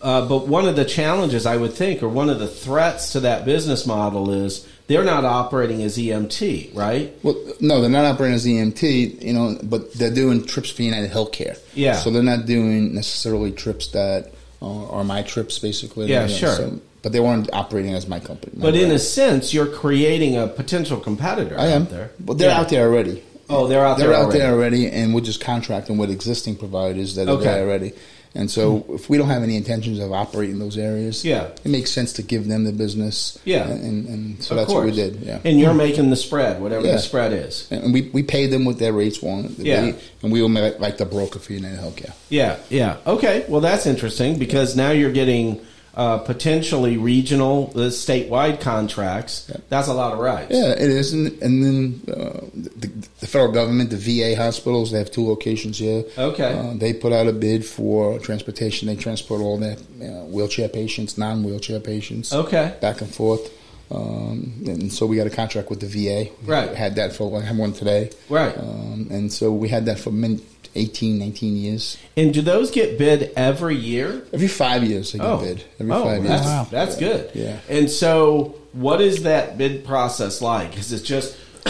A: Uh, but one of the challenges I would think, or one of the threats to that business model, is they're not operating as EMT, right?
C: Well, no, they're not operating as EMT, you know, but they're doing trips for United Healthcare.
A: Yeah.
C: So they're not doing necessarily trips that are, are my trips, basically.
A: Yeah,
C: You know,
A: sure.
C: so- but they weren't operating as my company. my
A: But in a
C: brand.
A: sense, you're creating a potential competitor
C: I am.
A: out there.
C: But they're
A: Yeah.
C: out there already.
A: Oh, they're out
C: They're
A: there.
C: out
A: already.
C: there already, and we're just contracting with existing providers that are
A: Okay. Hmm.
C: there already. And so, if we don't have any intentions of operating those areas,
A: Yeah.
C: it makes sense to give them the business.
A: Yeah.
C: and, and so
A: Of
C: that's what we
A: course.
C: did. Yeah,
A: And you're making the spread, whatever
C: Yeah.
A: the spread is.
C: and we, we paid them what their rates wanted.
A: Yeah.
C: They- and we were like like the broker for United Healthcare.
A: Yeah, yeah. Okay, well, that's interesting because now you're getting uh, potentially regional, uh, statewide contracts. That's a lot of rights.
C: Yeah, it is. And, and then uh, the, the federal government, the VA hospitals, they have two locations here.
A: Okay.
C: Uh, they put out a bid for transportation. They transport all their uh, wheelchair patients, non wheelchair patients.
A: Okay.
C: Back and forth. Um, and so we got a contract with the VA. We
A: Right.
C: Had that for, I have one today.
A: Right.
C: Um, and so we had that for min 18, 19 years.
A: And do those get bid every year?
C: Every five years they get bid. Every
A: oh,
C: five years.
A: that's,
B: Wow.
A: that's good.
C: Yeah.
A: And so, what is that bid process like? Is it just [COUGHS]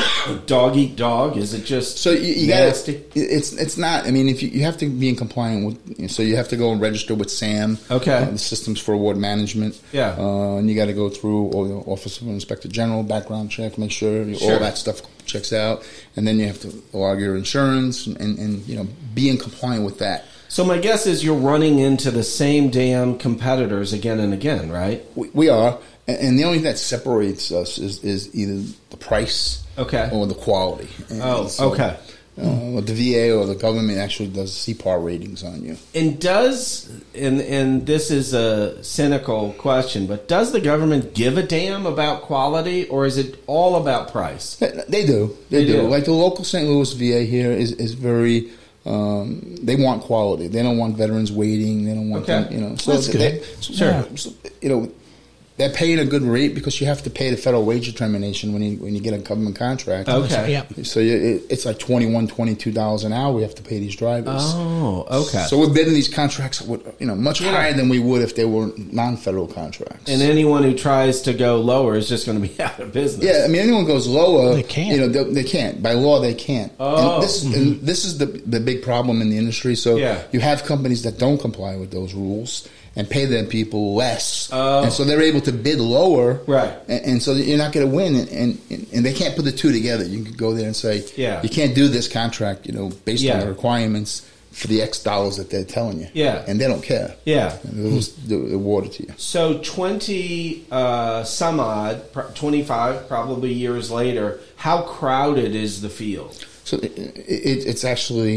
A: dog eat dog? Is it just
C: So you, you got
A: nasty?
C: to. It's it's not. I mean, if you, you have to be in compliant with, so you have to go and register with SAM.
A: Okay.
C: uh, the systems for award management.
A: Yeah.
C: uh, and you got to go through all your Office of Inspector General background check, make sure, you-
A: Sure.
C: all that stuff checks out, and then you have to log your insurance and, and, and you know be in compliant with that.
A: So my guess is you're running into the same damn competitors again and again, right?
C: We, we are, and, and the only thing that separates us is, is either the price,
A: Okay.
C: or the quality. And
A: Oh, okay.
C: Uh, the VA or the government actually does CPAR ratings on you.
A: And does and and this is a cynical question, but does the government give a damn about quality, or is it all about price?
C: They do. They,
A: They
C: do.
A: do.
C: Like the local St. Louis VA here is is very. Um, they want quality. They don't want veterans waiting. They don't want
A: Okay.
C: them, you know. So
B: That's good.
C: They, so-
B: Sure.
C: so, you know, they're paying a good rate because you have to pay the federal wage determination when you when you get a government contract.
A: Okay.
B: Yep.
C: So you, it, it's like twenty one, twenty two dollars an hour we have to pay these drivers.
A: Oh, okay.
C: So we're bidding these contracts, with, you know, much
A: Yeah.
C: higher than we would if they were non-federal contracts.
A: and anyone who tries to go lower is just going to be [LAUGHS] out of business.
C: Yeah, I mean, anyone goes lower,
B: They can't. Mm-hmm.
C: You know, they, they can't by law. They can't.
A: Oh.
C: And this, and this is the the big problem in the industry. So
A: Yeah.
C: you have companies that don't comply with those rules and pay their people less,
A: Oh.
C: and so they're able to bid lower,
A: Right.
C: And, and so you're not going to win, and, and and they can't put the two together. You can go there and say,
A: Yeah.
C: you can't do this contract, you know, based on
A: Yeah.
C: the requirements for the X dollars that they're telling you,
A: Yeah.
C: and they don't care.
A: Yeah.
C: And they'll just do- award it to you.
A: So twenty uh, some odd, twenty five probably years later, how crowded is the field?
C: So it, it, it's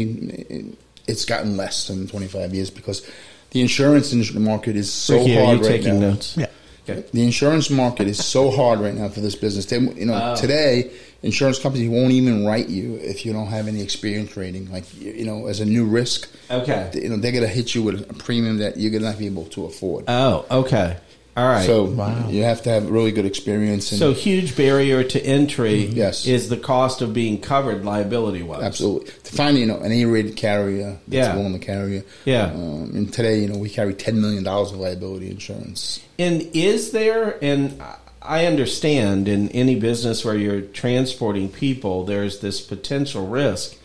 C: actually it's gotten less than 25 years because the insurance ins- market is so hard right now.
B: Yeah.
A: Okay.
C: The insurance market is so hard right now for this business. They, you know,
A: Oh.
C: today insurance companies won't even write you if you don't have any experience rating. Like you you know, as a new risk,
A: Okay.
C: you know they're gonna hit you with a premium that you're gonna not be able to afford.
A: Oh, okay. All right.
C: So
A: So,
B: Wow.
C: you have to have really good experience. And Mm-hmm.
A: huge barrier to entry
C: Yes.
A: is the cost of being covered liability wise.
C: Absolutely. To find, you know, an A-rated carrier that's
A: Yeah.
C: willing to carry it.
A: Yeah.
C: Um, and today, you know, we carry $10 million of liability insurance.
A: And is there, and I understand in any business where you're transporting people, there's this potential risk,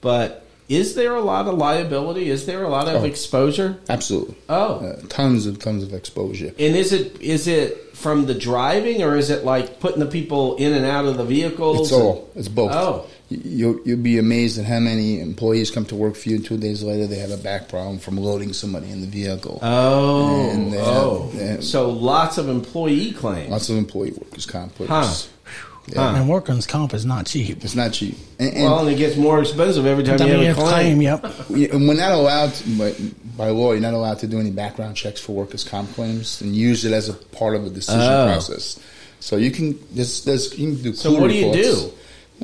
A: but is there a lot of liability? Is there a lot of
C: Oh.
A: exposure?
C: Absolutely.
A: Oh.
C: Uh, tons and tons of exposure.
A: And is it is it from the driving or is it like putting the people in and out of the vehicles?
C: It's all. It's both.
A: Oh.
C: Y- You'll, you'll be amazed at how many employees come to work for you and two days later they have a back problem from loading somebody in the vehicle.
A: Oh,
C: And they have-
A: oh.
C: they have-
A: so lots of employee claims.
C: Lots of employee workers' comp. claims.
A: Huh. Huh.
B: And workers' comp is not cheap.
C: It's not cheap. And, and,
A: Well, and it gets more expensive every time you have a claim.
B: yep.
C: we- and we're not allowed, to, by, by law, you're not allowed to do any background checks for workers' comp claims and use it as a part of the decision
A: Oh.
C: process. So you can there's, there's you can do.
A: So
C: clue
A: what do you
C: reports.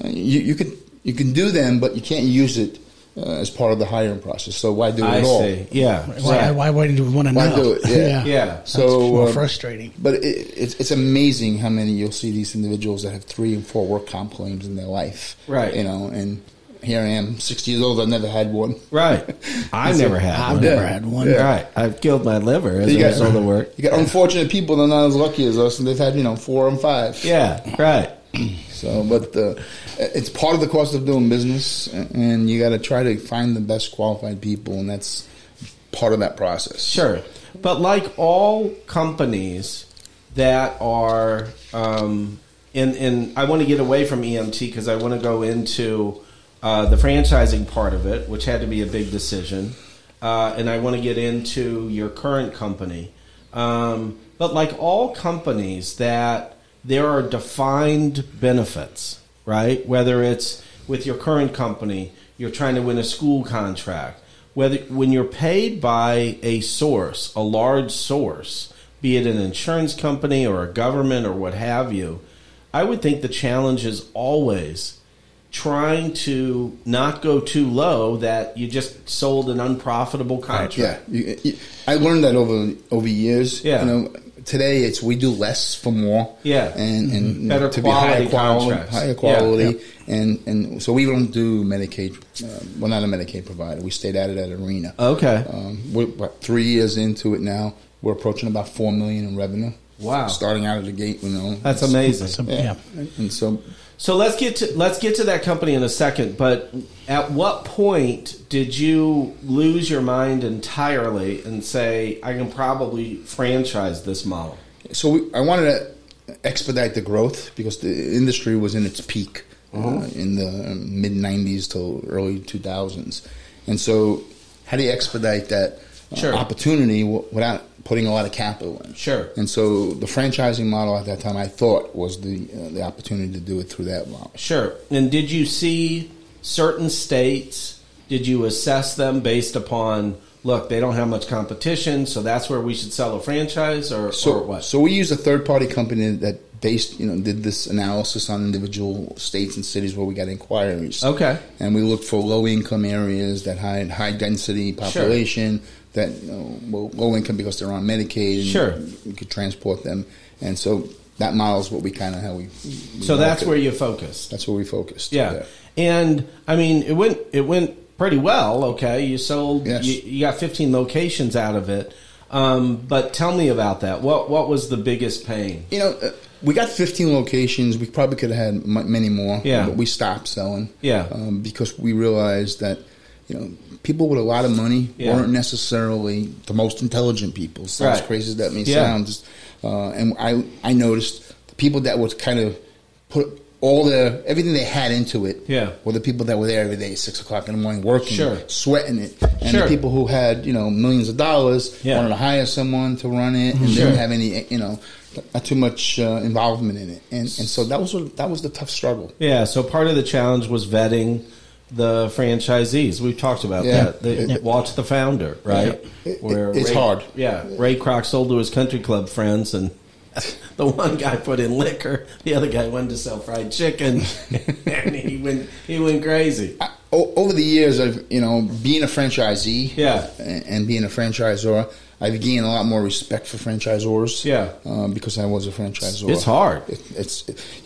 C: Uh, You you can you can do them, but you can't use it uh, as part of the hiring process. So why do it
A: I
C: at all?
A: see. Yeah.
B: Why,
A: Right.
B: why, why do we want to
C: Why
B: know?
C: do it? Yeah.
A: Yeah.
B: So That's more
C: um,
B: frustrating.
C: But it, it's it's amazing how many you'll see these individuals that have three and four work comp claims in their life.
A: Right.
C: You know, and here I am, sixty years old. I've never had one. [LAUGHS]
A: Right. I've never had
B: I've
A: one.
B: never had one.
C: Yeah.
A: Right. I've killed my liver as
C: You
A: a
C: got-
A: result of work.
C: You got unfortunate people that are not as lucky as us, and they've had you know four and five.
A: Yeah. Right.
C: So, but uh, it's part of the cost of doing business, and you got to try to find the best qualified people, and that's part of that process.
A: Sure. But like all companies that are, um, and, and I want to get away from E EMT because I want to go into uh, the franchising part of it, which had to be a big decision. Uh, and I want to get into your current company. Um, but like all companies, that there are defined benefits, right? Whether it's with your current company, you're trying to win a school contract, whether when you're paid by a source, a large source, be it an insurance company or a government or what have you, I would think the challenge is always trying to not go too low that you just sold an unprofitable contract.
C: Yeah, you, you, I learned that over over years.
A: Yeah.
C: you know, today it's we do less for more.
A: Yeah. Mm-hmm.
C: and, and you know,
A: Better
C: to
A: quality
C: be higher quality,
A: contracts.
C: higher quality, and and so we don't do Medicaid. Uh, we're not a Medicaid provider. We stayed at it at Arena.
A: Okay.
C: Um, we're about three years into it now. We're approaching about four million in revenue.
A: Wow.
C: Starting out of the gate, you know.
A: That's amazing.
B: So, yeah.
C: Yeah. And so
A: So let's get to let's get to that company in a second. But at what point did you lose your mind entirely and say I can probably franchise this model?
C: so we, I wanted to expedite the growth because the industry was in its peak uh,
A: Mm-hmm.
C: in the mid '90s till early 2000s, and so how do you expedite that uh,
A: Sure.
C: opportunity w- without putting a lot of capital in?
A: Sure.
C: And so the franchising model at that time, I thought, was the uh, the opportunity to do it through that model.
A: Sure. And did you see certain states did you assess them based upon look they don't have much competition so that's where we should sell a franchise or,
C: So
A: or what
C: So we use a third party company that based you know did this analysis on individual states and cities where we got inquiries.
A: okay
C: And we looked for low income areas that had high density population that you know, well, low income because they're on Medicaid. And
A: Sure.
C: We could transport them, and so that model's what we kind of how we. we
A: so that's
C: market.
A: where you focused
C: that's where we focused.
A: yeah. and i mean it went it went pretty well okay you sold
C: Yes.
A: you, you got 15 locations out of it um, but tell me about that what what was the biggest pain
C: You know, uh, we got 15 locations. We probably could have had m- many more.
A: Yeah.
C: But we stopped selling.
A: Yeah.
C: Um, because we realized that, you know, people with a lot of money
A: Yeah.
C: weren't necessarily the most intelligent people. Sounds
A: Right.
C: crazy as that may
A: Yeah.
C: sound. Just, uh, and I, I noticed the people that would kind of put all their everything they had into it
A: Yeah.
C: were the people that were there every day six o'clock in the morning working
A: Sure.
C: sweating it and
A: Sure.
C: the people who had you know millions of dollars
A: Yeah.
C: wanted to hire someone to run it and
A: Sure.
C: didn't have any you know not too much uh, involvement in it and and so that was what, that was the tough struggle
A: yeah so part of the challenge was vetting the franchisees we've talked about
C: Yeah.
A: that they,
C: Yeah.
A: watch the founder right
C: Yeah. It- it's
A: Ray-
C: hard.
A: yeah ray kroc sold to his country club friends and [LAUGHS] the one guy put in liquor the other guy wanted to sell fried chicken [LAUGHS] and he went he went crazy
C: I, o- over the years of you know being a franchisee
A: Yeah.
C: and, and being a franchisor I've gained a lot more respect for franchisors
A: Yeah.
C: um, because I was a franchisor
A: it's hard
C: it, it's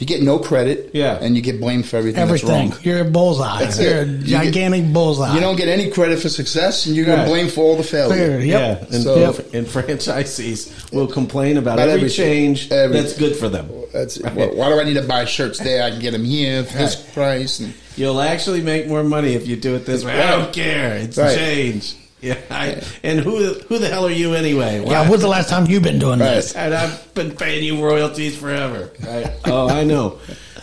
C: you get no credit
A: Yeah.
C: and you get blamed for everything,
B: Everything.
C: that's wrong
B: You're a bullseye.
C: That's
B: You're
C: it.
B: a
C: You get-
B: gigantic bullseye.
C: you don't get any credit for success and you're
A: Right.
C: gonna blame for all the failure
B: Fair, yep.
A: Yeah, and,
C: So-
A: and franchisees will complain about,
C: About
A: every
C: everything.
A: change
C: Everything.
A: that's good for them.
C: That's it. Why- Why do I need to buy shirts there? I can get them here for this price. And
A: You'll actually make more money if you do it this way. I don't care. It's
C: Right.
A: change. Yeah, I, and who who the hell are you anyway?
B: Yeah,
A: Why-
B: when's the last time you've been doing
C: Right.
A: [LAUGHS]
B: this?
A: and I've been paying you royalties forever. Right? [LAUGHS] oh, I know.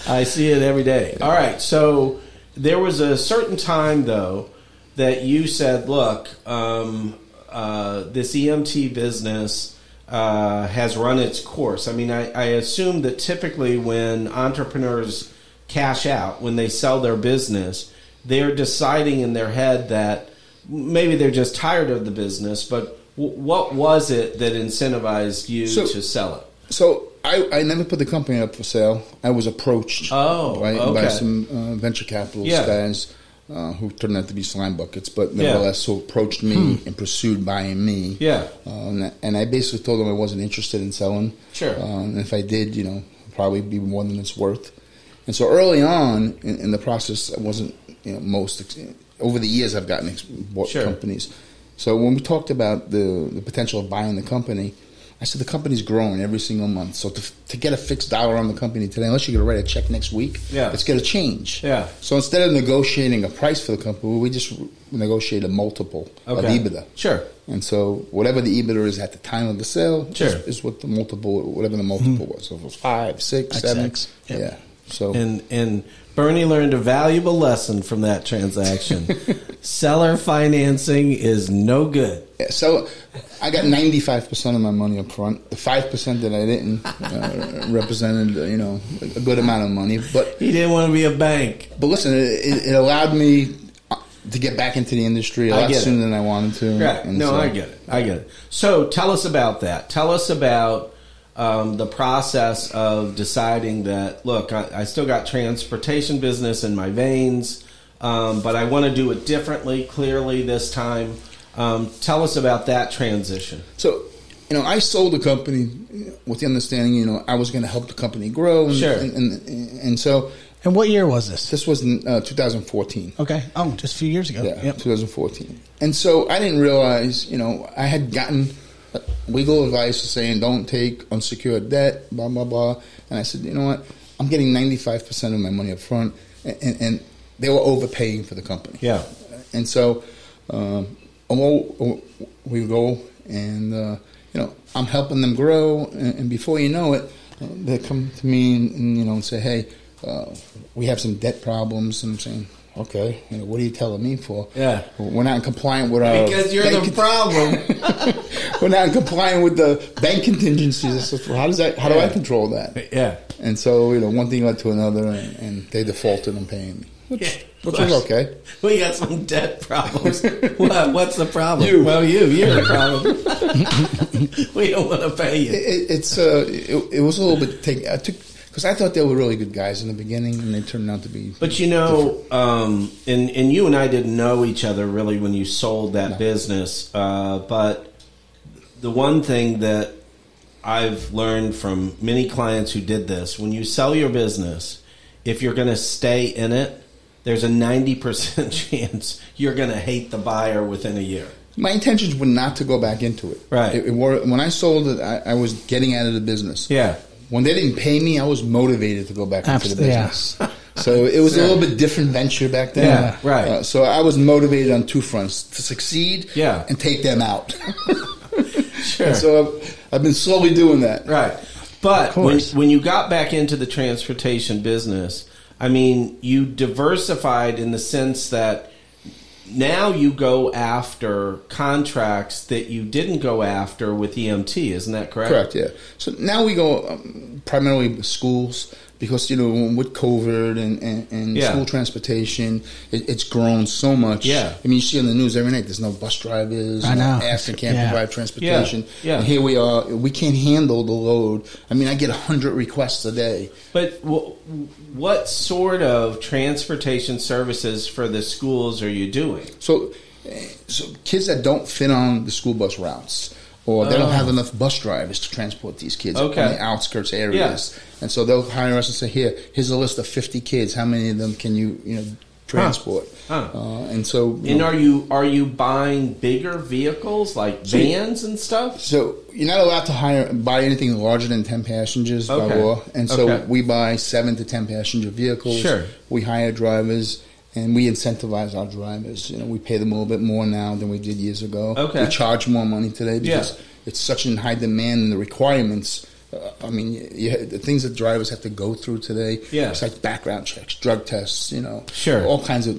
A: I see it every day. All right. So there was a certain time though that you said, "Look, um, uh, this EMT business uh, has run its course." I mean, I, I assume that typically when entrepreneurs cash out when they sell their business, they're deciding in their head that maybe they're just tired of the business, but w- what was it that incentivized you
C: So-
A: to sell it?
C: So I, I never put the company up for sale. I was approached
A: Oh,
C: by,
A: okay.
C: by some uh, venture capitalist
A: Yeah.
C: guys uh, who turned out to be slime buckets,
A: Yeah.
C: but
A: Hmm.
C: nevertheless who approached me and pursued buying me.
A: Yeah.
C: Um, and I basically told them I wasn't interested in selling.
A: Sure.
C: Um, and if I did, you know, it'd probably be more than it's worth. And so early on in, in the process, I wasn't you know, most. Ex- over the years, I've gotten ex- bought
A: Sure.
C: companies. So when we talked about the, the potential of buying the company, I said the company's growing every single month. So to, to get a fixed dollar on the company today, unless you're going to write a check next week,
A: Yeah.
C: it's going to change.
A: Yeah.
C: So instead of negotiating a price for the company, we just negotiate a multiple of
A: Okay.
C: EBITDA.
A: Sure.
C: And so whatever the EBITDA is at the time of the sale
A: Sure.
C: is, is what the multiple, whatever the multiple was. So if it was five, six,
B: Like
C: seven.
B: six, yeah.
C: Yeah. So
A: And and Bernie learned a valuable lesson from that
C: [LAUGHS]
A: transaction. Seller financing is no good.
C: yeah, so I got ninety five percent of my money up front. The five percent that I didn't uh, represented, uh, you know, a good amount of money. But
A: He didn't want to be a bank.
C: but listen, it, it, it allowed me to get back into the industry a
A: I
C: lot
A: get it.
C: sooner than I wanted to.
A: Right.
C: And
A: No,
C: so-
A: I get it. I get it. So tell us about that. Tell us about um, the process of deciding that, look, I, I still got transportation business in my veins, um, but I want to do it differently, clearly this time. Um, tell us about that transition.
C: So, you know, I sold the company with the understanding, you know, I was going to help the company grow. And,
A: Sure.
C: And, and, and so
B: And what year was this?
C: this was in uh, 2014.
B: Okay. Oh, just a few years ago.
C: Yeah,
B: Yep.
C: 2014. And so I didn't realize, you know, I had gotten legal advice saying don't take unsecured debt, blah, blah, blah. And I said, you know what? I'm getting 95% of my money up front. And, and, and they were overpaying for the company.
A: Yeah.
C: And so um, although we go and, uh, you know, I'm helping them grow. And, and before you know it, uh, they come to me and, and, you know, and say, hey, uh, we have some debt problems. And I'm saying, okay, you know, what are you telling me for?
A: Yeah.
C: We're not compliant with our
A: Because you're
C: bank
A: the
C: cont- [LAUGHS]
A: problem.
C: We're not complying with the bank contingencies. I said, well, how does that? How do
A: Yeah.
C: I control that?
A: yeah.
C: And so you know, one thing led to another, and, and they defaulted on paying me.
A: Yeah.
C: But you're okay.
A: We got some debt problems. what? What's the problem?
C: You.
A: Well, you. You're the problem. [LAUGHS] we don't want to pay you.
C: It, it's uh, it, it was a little bit take. I took because I thought they were really good guys in the beginning, and they turned out to be.
A: But you know, um, and and you and I didn't know each other really when you sold that business. Uh, but the one thing that I've learned from many clients who did this, when you sell your business, if you're going to stay in it, there's a ninety percent [LAUGHS] chance you're going to hate the buyer within a year.
C: my intentions were not to go back into it.
A: Right.
C: It, it were, when I sold it, I, I was getting out of the business.
A: Yeah.
C: When they didn't pay me, I was motivated to go back into
B: Absolutely,
C: the
B: yeah.
C: business. So it was a little bit different venture back then.
A: Yeah, right.
C: Uh, so I was motivated on two fronts: to succeed,
A: Yeah.
C: and take them out.
A: Sure.
C: And [LAUGHS] so I've, I've been slowly doing that.
A: Right. But when,
B: course.
A: when you got back into the transportation business, I mean, you diversified in the sense that now you go after contracts that you didn't go after with EMT, isn't that correct?
C: Correct. Yeah. So now we go um, primarily with schools because you know with COVID and and, and
A: Yeah.
C: school transportation, it, it's grown so much.
A: Yeah.
C: I mean, you see on the news every night. There's no bus drivers.
B: I
C: no
B: know.
C: Aston can't
B: Yeah.
C: provide transportation.
A: Yeah.
C: And here we are. We can't handle the load. I mean, I get hundred requests a day.
A: But w- what sort of transportation services for the schools are you doing?
C: So, eh, so kids that don't fit on the school bus routes, or they don't have enough bus drivers to transport these kids
A: Oh. Okay.
C: on the outskirts areas, and so they'll hire us and say, "Here, here's a list of 50 kids. How many of them can you, you know, transport?"
A: Huh.
C: Uh, and so, you
A: And
C: know,
A: are you are you buying bigger vehicles like
C: So-
A: vans and stuff?
C: so you're not allowed to hire buy anything larger than 10 passengers by
A: Okay.
C: law, and so
A: Okay.
C: we buy seven to 10 passenger vehicles.
A: Sure.
C: we hire drivers. And we incentivize our drivers. You know, we pay them a little bit more now than we did years ago.
A: Okay.
C: We charge more money today
A: Yeah.
C: because it's such in high demand and the requirements. Uh, I mean, you, you, the things that drivers have to go through today,
A: Yeah.
C: it's like background checks, drug tests, you know,
A: Sure.
C: all kinds of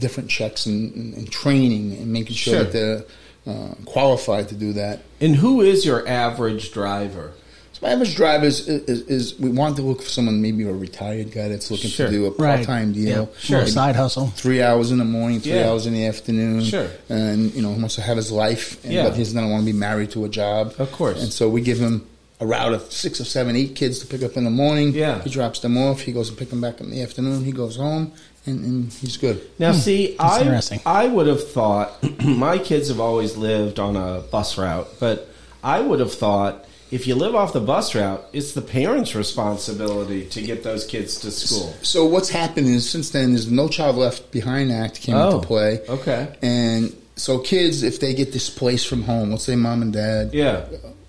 C: different checks and, and, and training and making sure,
A: Sure.
C: that they're uh, qualified to do that.
A: And who is your average driver?
C: So my average driver is, is, is we want to look for someone, maybe a retired guy that's looking
A: Sure.
C: to do a
B: Right.
C: part-time deal,
B: Yeah. Sure.
C: Maybe
B: Side hustle.
C: three hours in the morning, three
A: Yeah.
C: hours in the afternoon.
A: Sure.
C: And, you know, he wants to have his life, and,
A: Yeah.
C: but he doesn't want to be married to a job.
A: Of course.
C: And so we give him a route of six or seven, eight kids to pick up in the morning.
A: Yeah.
C: He drops them off. He goes and pick them back in the afternoon. He goes home, and, and he's good.
A: Now, see, I
B: Hmm, interesting.
A: I would have thought [CLEARS THROAT] my kids have always lived on a bus route, but I would have thought if you live off the bus route, it's the parents' responsibility to get those kids to school.
C: So what's happened is since then is No Child Left Behind Act came
A: Oh,
C: into play.
A: okay.
C: And so kids, if they get displaced from home, let's say mom and dad,
A: Yeah.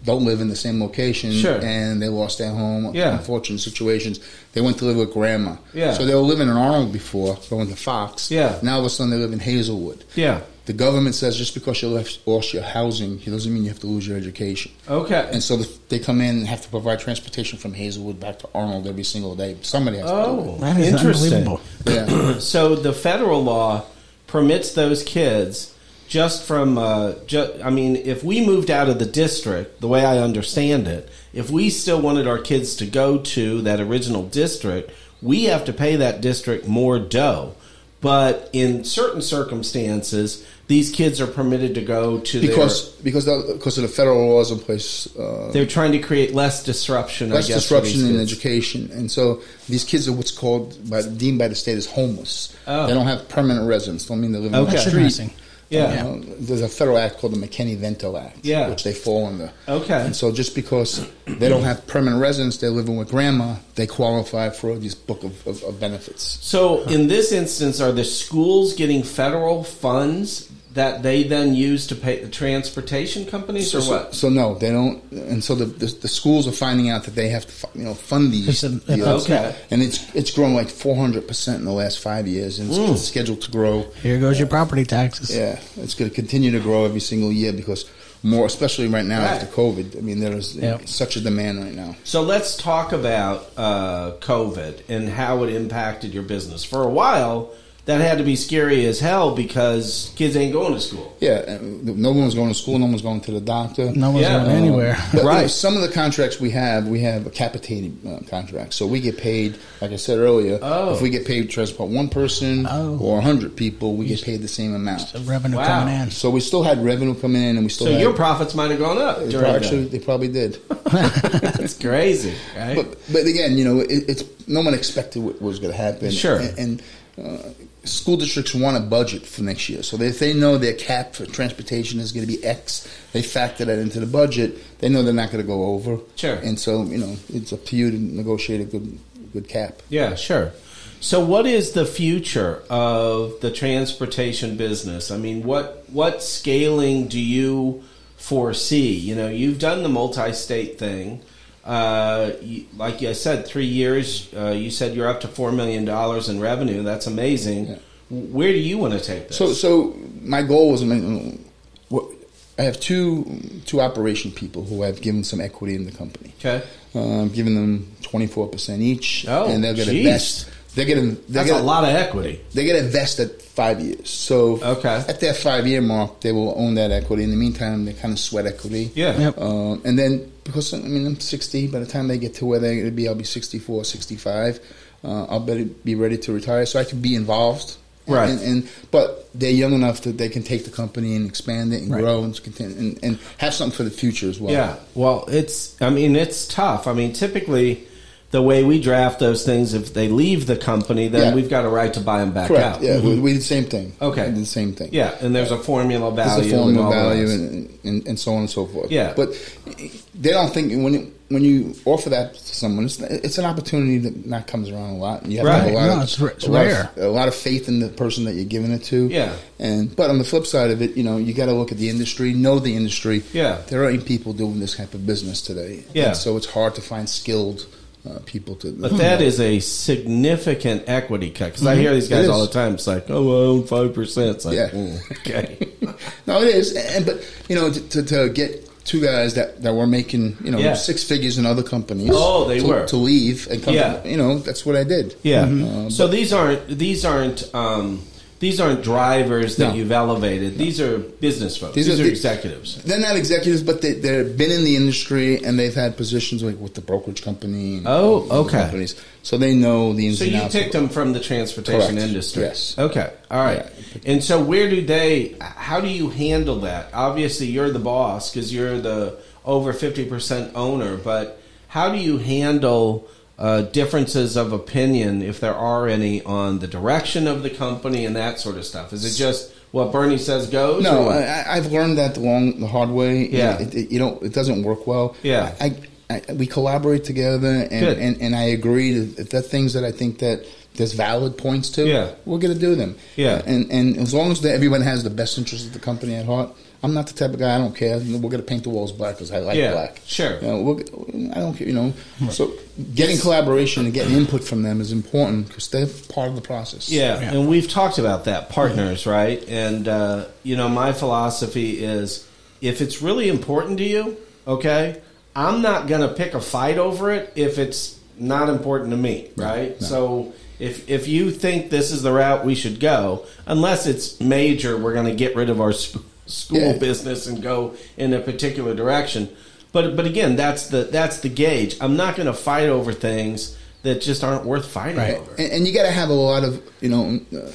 C: don't live in the same location,
A: Sure.
C: and they lost their home,
A: Yeah.
C: unfortunate situations. They went to live with grandma.
A: Yeah.
C: So they were living in Arnold before, going to Fox.
A: Yeah.
C: Now all of a sudden they live in Hazelwood.
A: Yeah.
C: The government says just because you left, lost your housing, it doesn't mean you have to lose your education.
A: Okay.
C: And so the, they come in and have to provide transportation from Hazelwood back to Arnold every single day. Somebody has to do it.
A: Oh,
B: That is
A: interesting.
B: unbelievable.
C: Yeah.
A: so the federal law permits those kids just from uh, ju- i mean if we moved out of the district the way i understand it if we still wanted our kids to go to that original district we have to pay that district more dough but in certain circumstances these kids are permitted to go to
C: because because the, because of the federal laws in place, uh,
A: their, they're trying to create less disruption
C: less
A: I guess, for these
C: disruption in
A: kids.
C: education, and so these kids are what's called by deemed by the state as homeless.
A: Oh.
C: They don't have permanent residence. Don't mean they live in
A: Okay.
C: the
B: That's
C: street.
B: interesting.
A: yeah
C: You know, there's a federal act called the McKinney-Vento Act,
A: Yeah.
C: which they fall under.
A: Okay.
C: And so just because they don't have permanent residence, they're living with grandma, they qualify for this book of, of, of benefits.
A: So in this instance, are the schools getting federal funds that they then use to pay the transportation companies, or
C: so,
A: what?
C: So no, they don't. And so the, the, the schools are finding out that they have to fu- you know fund
B: It's
C: these.
B: a-
C: deals.
A: Okay.
C: And it's it's grown like four hundred percent in the last five years, and it's
A: Hmm.
C: scheduled to grow.
B: Here goes your property taxes.
C: Yeah, it's going to continue to grow every single year because more, especially right now
A: Right.
C: after COVID. I mean, there is
B: Yeah.
C: such a demand right now.
A: So let's talk about uh, COVID and how it impacted your business. For a while, that had to be scary as hell because kids ain't going to school.
C: Yeah, and no one was going to school. No one was going to the doctor.
B: No one's
A: Yeah.
B: going anywhere. [LAUGHS]
C: Um, But, you know,
A: Right.
C: some of the contracts we have, we have a capitated uh, contract. So we get paid, like I said earlier,
A: Oh.
C: if we get paid to transport one person
B: Oh.
C: or 100 people, we get paid the same amount.
B: The revenue
A: Wow.
B: coming in.
C: So we still had revenue coming in and we still
A: So
C: had.
A: your profits might have gone up
C: they
A: during
C: probably,
A: that.
C: actually, they probably did.
A: [LAUGHS] That's crazy, right?
C: But, but again, you know, it, it's no one expected what was going to happen.
A: Sure.
C: And, and uh, school districts want a budget for next year, so if they know their cap for transportation is going to be X, they factor that into the budget. They know they're not going to go over.
A: Sure.
C: And so, you know, it's up to you to negotiate a good good cap.
A: yeah, sure. So, what is the future of the transportation business? I mean, what what scaling do you foresee? You know, you've done the multi-state thing. Uh, you, like I said, three years. Uh, you said you're up to four million dollars in revenue. That's amazing.
C: Yeah.
A: Where do you want to take this?
C: So, so my goal was, I mean, what- I have two two operation people who have given some equity in the company.
A: okay,
C: Um, giving them twenty four percent each,
A: Oh,
C: and they're going to
A: jeez.
C: invest. They're going to
A: that's a lot of equity.
C: they get a vest at five years. So
A: Okay.
C: at that five year mark, they will own that equity. In the meantime, they kind of sweat equity.
A: Yeah.
B: Yep.
C: Um, and then because I mean I'm 60, by the time they get to where they're going to be, I'll be 64, 65. Uh, I'll better be ready to retire, so I can be involved.
A: Right.
C: And, and but they're young enough that they can take the company and expand it and
B: Right.
C: grow and, continue, and and have something for the future as well.
A: Yeah. Well, it's. I mean, it's tough. I mean, typically, the way we draft those things, if they leave the company, then
C: Yeah.
A: we've got a right to buy them back
C: Correct.
A: out.
C: Yeah. We, we did the same thing.
A: Mm-hmm. Okay.
C: We did the same thing.
A: Yeah, and there's a formula value.
C: It's a form
A: and
C: of
A: all the
C: value
A: rest.
C: and, and, and so on and so forth.
A: Yeah.
C: But they don't think when it, when you offer that to someone, it's, it's an opportunity that not comes around a lot. You have to have
A: Right.
C: a lot,
B: No,
C: of,
B: it's r- it's
C: a lot of-
B: rare.
C: a lot of faith in the person that you're giving it to.
A: Yeah.
C: And but on the flip side of it, you know, you got to look at the industry, know the industry.
A: Yeah.
C: There ain't people doing this type of business today.
A: Yeah.
C: And so it's hard to find skilled uh, people to.
A: but that is a significant equity cut because I hear these
C: Mm-hmm. It
A: guys
C: is.
A: all the time. It's like, oh, I own five percent. It's like,
C: Yeah. [LAUGHS]
A: mm, [LAUGHS] okay,
C: No, it is, and but you know, to, to, to get two guys that, that were making you know
A: Yeah.
C: six figures in other companies.
A: Oh, they
C: to,
A: were.
C: to leave and come.
A: Yeah.
C: you know, that's what I did.
A: yeah.
C: Uh,
A: so these aren't these aren't um, these aren't drivers that
C: No.
A: you've elevated. These are business folks. These,
C: These
A: are,
C: are the-
A: executives.
C: they're not executives, but they they've been in the industry and they've had positions like with the brokerage company. And
A: Oh,
C: other
A: okay.
C: Companies, so they know the ins
A: So
C: and
A: you
C: outs.
A: picked them from the transportation
C: Correct.
A: industry.
C: Yes.
A: Okay. All right.
C: Yeah.
A: And so where do they? How do you handle that? Obviously, you're the boss because you're the over fifty percent owner. But how do you handle uh, differences of opinion, if there are any, on the direction of the company and that sort of stuff? Is it just what Bernie says goes?
C: No,
A: or-
C: I, I- I've learned that the long, the hard way.
A: Yeah.
C: it, it, you know, it doesn't work well.
A: Yeah.
C: I, I, I we collaborate together, and,
A: Good.
C: and and I agree that if there are things that I think that there's valid points to,
A: Yeah.
C: we're gonna do them.
A: Yeah.
C: and and as long as that everyone has the best interest of the company at heart. I'm not the type of guy. I don't care. You know, We're gonna paint the walls black because I like
A: Yeah,
C: black.
A: sure.
C: You know, we're, I don't care. You know, so getting collaboration and getting input from them is important because they're part of the process.
A: Yeah,
B: Yeah.
A: and we've talked about that partners, right? And uh, you know, my philosophy is if it's really important to you, okay, I'm not going to pick a fight over it if it's not important to me, right? So if if you think this is the route we should go, unless it's major, we're going to get rid of our sp- school
C: Yeah.
A: business and go in a particular direction. But but again, that's the that's the gauge. I'm not going to fight over things that just aren't worth fighting
C: right?
A: over.
C: And, and you got to have a lot of you know. Uh,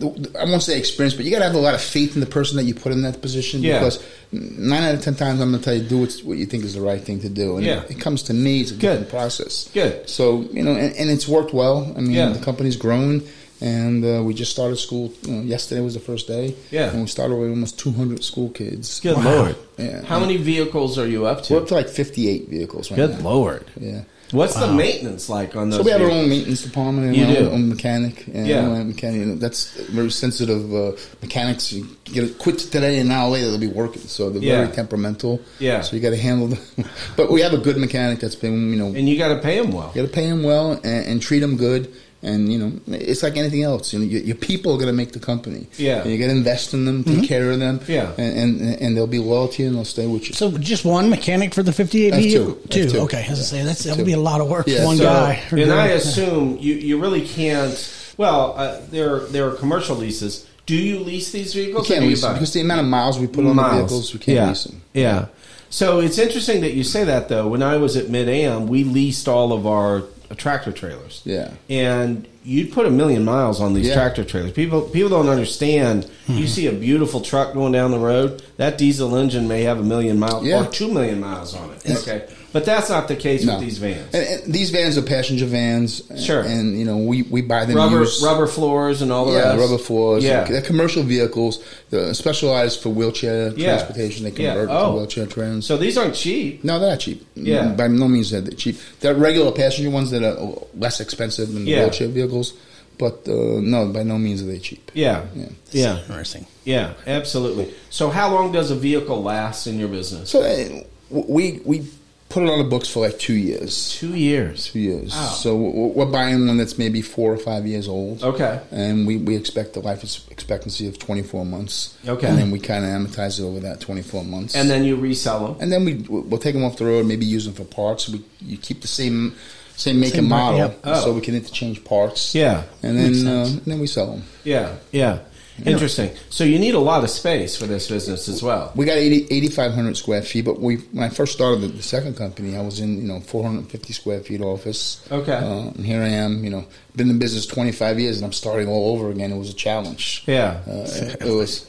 C: I won't say experience, but you got to have a lot of faith in the person that you put in that position.
A: Yeah.
C: Because nine out of ten times, I'm going to tell you do what's, what you think is the right thing to do, and
A: Yeah.
C: it, it comes to me. It's a different
A: Good.
C: process.
A: Good.
C: So you know, and, and it's worked well. I mean,
A: Yeah.
C: the company's grown, and uh, we just started school. You know, yesterday was the first day.
A: Yeah.
C: And we started with almost 200 school kids.
A: Good lord.
C: Yeah.
A: How many vehicles are you up to?
C: We're up to like 58 vehicles right
A: Good
C: now.
A: lord.
C: Yeah.
A: What's the maintenance like on those?
C: So we have our
A: vehicles?
C: own maintenance department and
A: You
C: our
A: do.
C: own, mechanic. And
A: Yeah.
C: our own mechanic. and That's very sensitive uh, mechanics. You get it quit today and an hour later they'll be working. So they're
A: Yeah.
C: very temperamental.
A: Yeah.
C: So you got to handle them. [LAUGHS] but we have a good mechanic that's been, you know,
A: and you got to pay them well.
C: you got to pay him well and, and treat him good. And you know, it's like anything else. You know, your, your people are going to make the company.
A: Yeah. Mm-hmm.
C: And you got to invest in them, take care of them.
A: Yeah.
C: And, and and they'll be loyal to you and they'll stay with you.
B: So just one mechanic for the 58
C: That's
B: vehicle?
C: two. That's two.
B: Okay, as I say,
C: Yeah.
B: that's, that
C: Two.
B: would be a lot of work
C: Yeah,
B: for one
C: so-
B: guy. or
A: and I
B: girl.
A: assume you, you really can't Well, uh, they're they're commercial leases. Do you lease these
C: We
A: vehicles? or
C: can't
A: do you
C: lease them
A: buy?
C: because the amount of miles we put on the
A: Miles.
C: vehicles, we can't
A: yeah.
C: lease them.
A: Yeah. So it's interesting that you say that though. When I was at Mid Am, we leased all of our tractor trailers.
C: Yeah.
A: And you'd put a million miles on these
C: Yeah. Hmm.
A: tractor trailers. People people don't understand. You see a beautiful truck going down the road, that diesel engine may have a million miles
C: Yeah.
A: or 2 million miles on it. Okay. But that's not the case with these vans.
C: And, and these vans are passenger vans. and-
A: Sure.
C: And you know we, we buy them
A: Rubber
C: used.
A: rubber floors and all the
C: yeah,
A: rest.
C: rubber floors.
A: Yeah.
C: They're commercial vehicles. They're specialized for wheelchair
A: Yeah.
C: transportation. They
A: Yeah.
C: convert
A: Oh.
C: to wheelchair trends.
A: So these aren't cheap.
C: no, they're not cheap.
A: Yeah.
C: By no means are they cheap. They're regular passenger ones that are less expensive than the
A: Yeah.
C: wheelchair vehicles. But uh, no, by no means are they cheap.
A: Yeah.
C: Yeah.
A: Yeah.
B: Interesting.
A: Yeah, absolutely. So how long does a vehicle last in your business?
C: So uh, we we put it on the books for like two years.
A: Two years.
C: two years.
A: Wow.
C: So we're we're buying one that's maybe four or five years old.
A: Okay.
C: And we, we expect the life ex- expectancy of 24 months.
A: Okay.
C: And then we kind of amortize it over that 24 months.
A: And then you resell them.
C: and then we we'll take them off the road, maybe use them for parts. We you keep the same same make
B: Same
C: and
B: part,
C: model,
B: yep.
A: Oh.
C: so we can interchange parts.
A: Yeah.
C: And then
B: Makes
C: uh,
B: sense.
C: and then we sell them.
A: Yeah. Yeah. Interesting. So you need a lot of space for this business as well.
C: We got 80 8,500 square feet, but we when I first started the, the second company, I was in you know 450 square feet office.
A: Okay.
C: uh, and here I am. You know, been in business 25 years, and I'm starting all over again. It was a challenge.
A: Yeah.
C: uh, it was.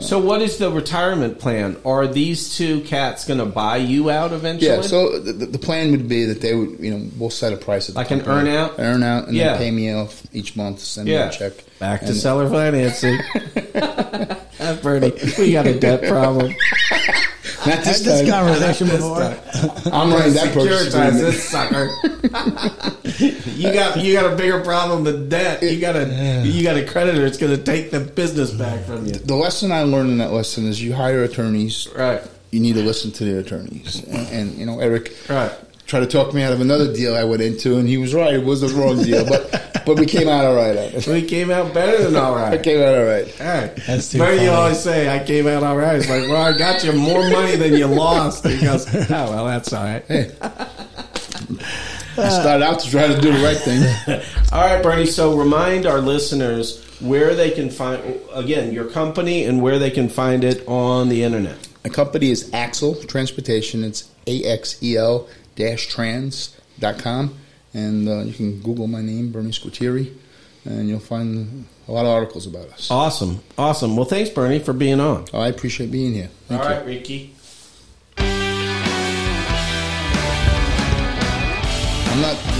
A: So what is the retirement plan? Are these two cats going to buy you out eventually?
C: Yeah, so the, the plan would be that they would, you know, we'll set a price at the
A: Like an
C: company.
A: earn-out?
C: earn out, and
A: Yeah.
C: then pay me off each month, send
A: yeah.
C: me a check.
A: Back to
C: And-
A: seller
C: [LAUGHS]
A: financing. [LAUGHS] Bernie, we got a debt problem.
C: Not
B: Had
C: this
B: this
C: time.
B: conversation before.
C: I'm running that purchase
A: Securitize
C: agreement.
A: this sucker. [LAUGHS] you got you got a bigger problem than debt. You got a you got a creditor that's going to take the business back from you.
C: The lesson I learned in that lesson is you hire attorneys,
A: Right.
C: you need to listen to their attorneys. And, and you know, Eric
A: Right.
C: tried to talk me out of another deal I went into, and he was right. It was the wrong deal, but but we came out all right. at it.
A: We came out better than all [LAUGHS] right.
C: I came out all right.
A: Hey,
B: That's too
A: Bernie
B: funny.
A: always say, I came out all right. It's like, well, I got you more money than you [LAUGHS] lost. He goes, oh, well, that's all right.
C: I started out to try to do the right thing.
A: All right, Bernie. So remind our listeners where they can find, again, your company and where they can find it on the internet.
C: The company is Axel Transportation. It's A X E L trans.com. And uh, you can Google my name, Bernie Squitieri, and you'll find a lot of articles about us.
A: Awesome. Awesome. Well, thanks, Bernie, for being on.
C: I appreciate being here.
A: All
C: Thank you.
A: right, Ricky.
C: I'm not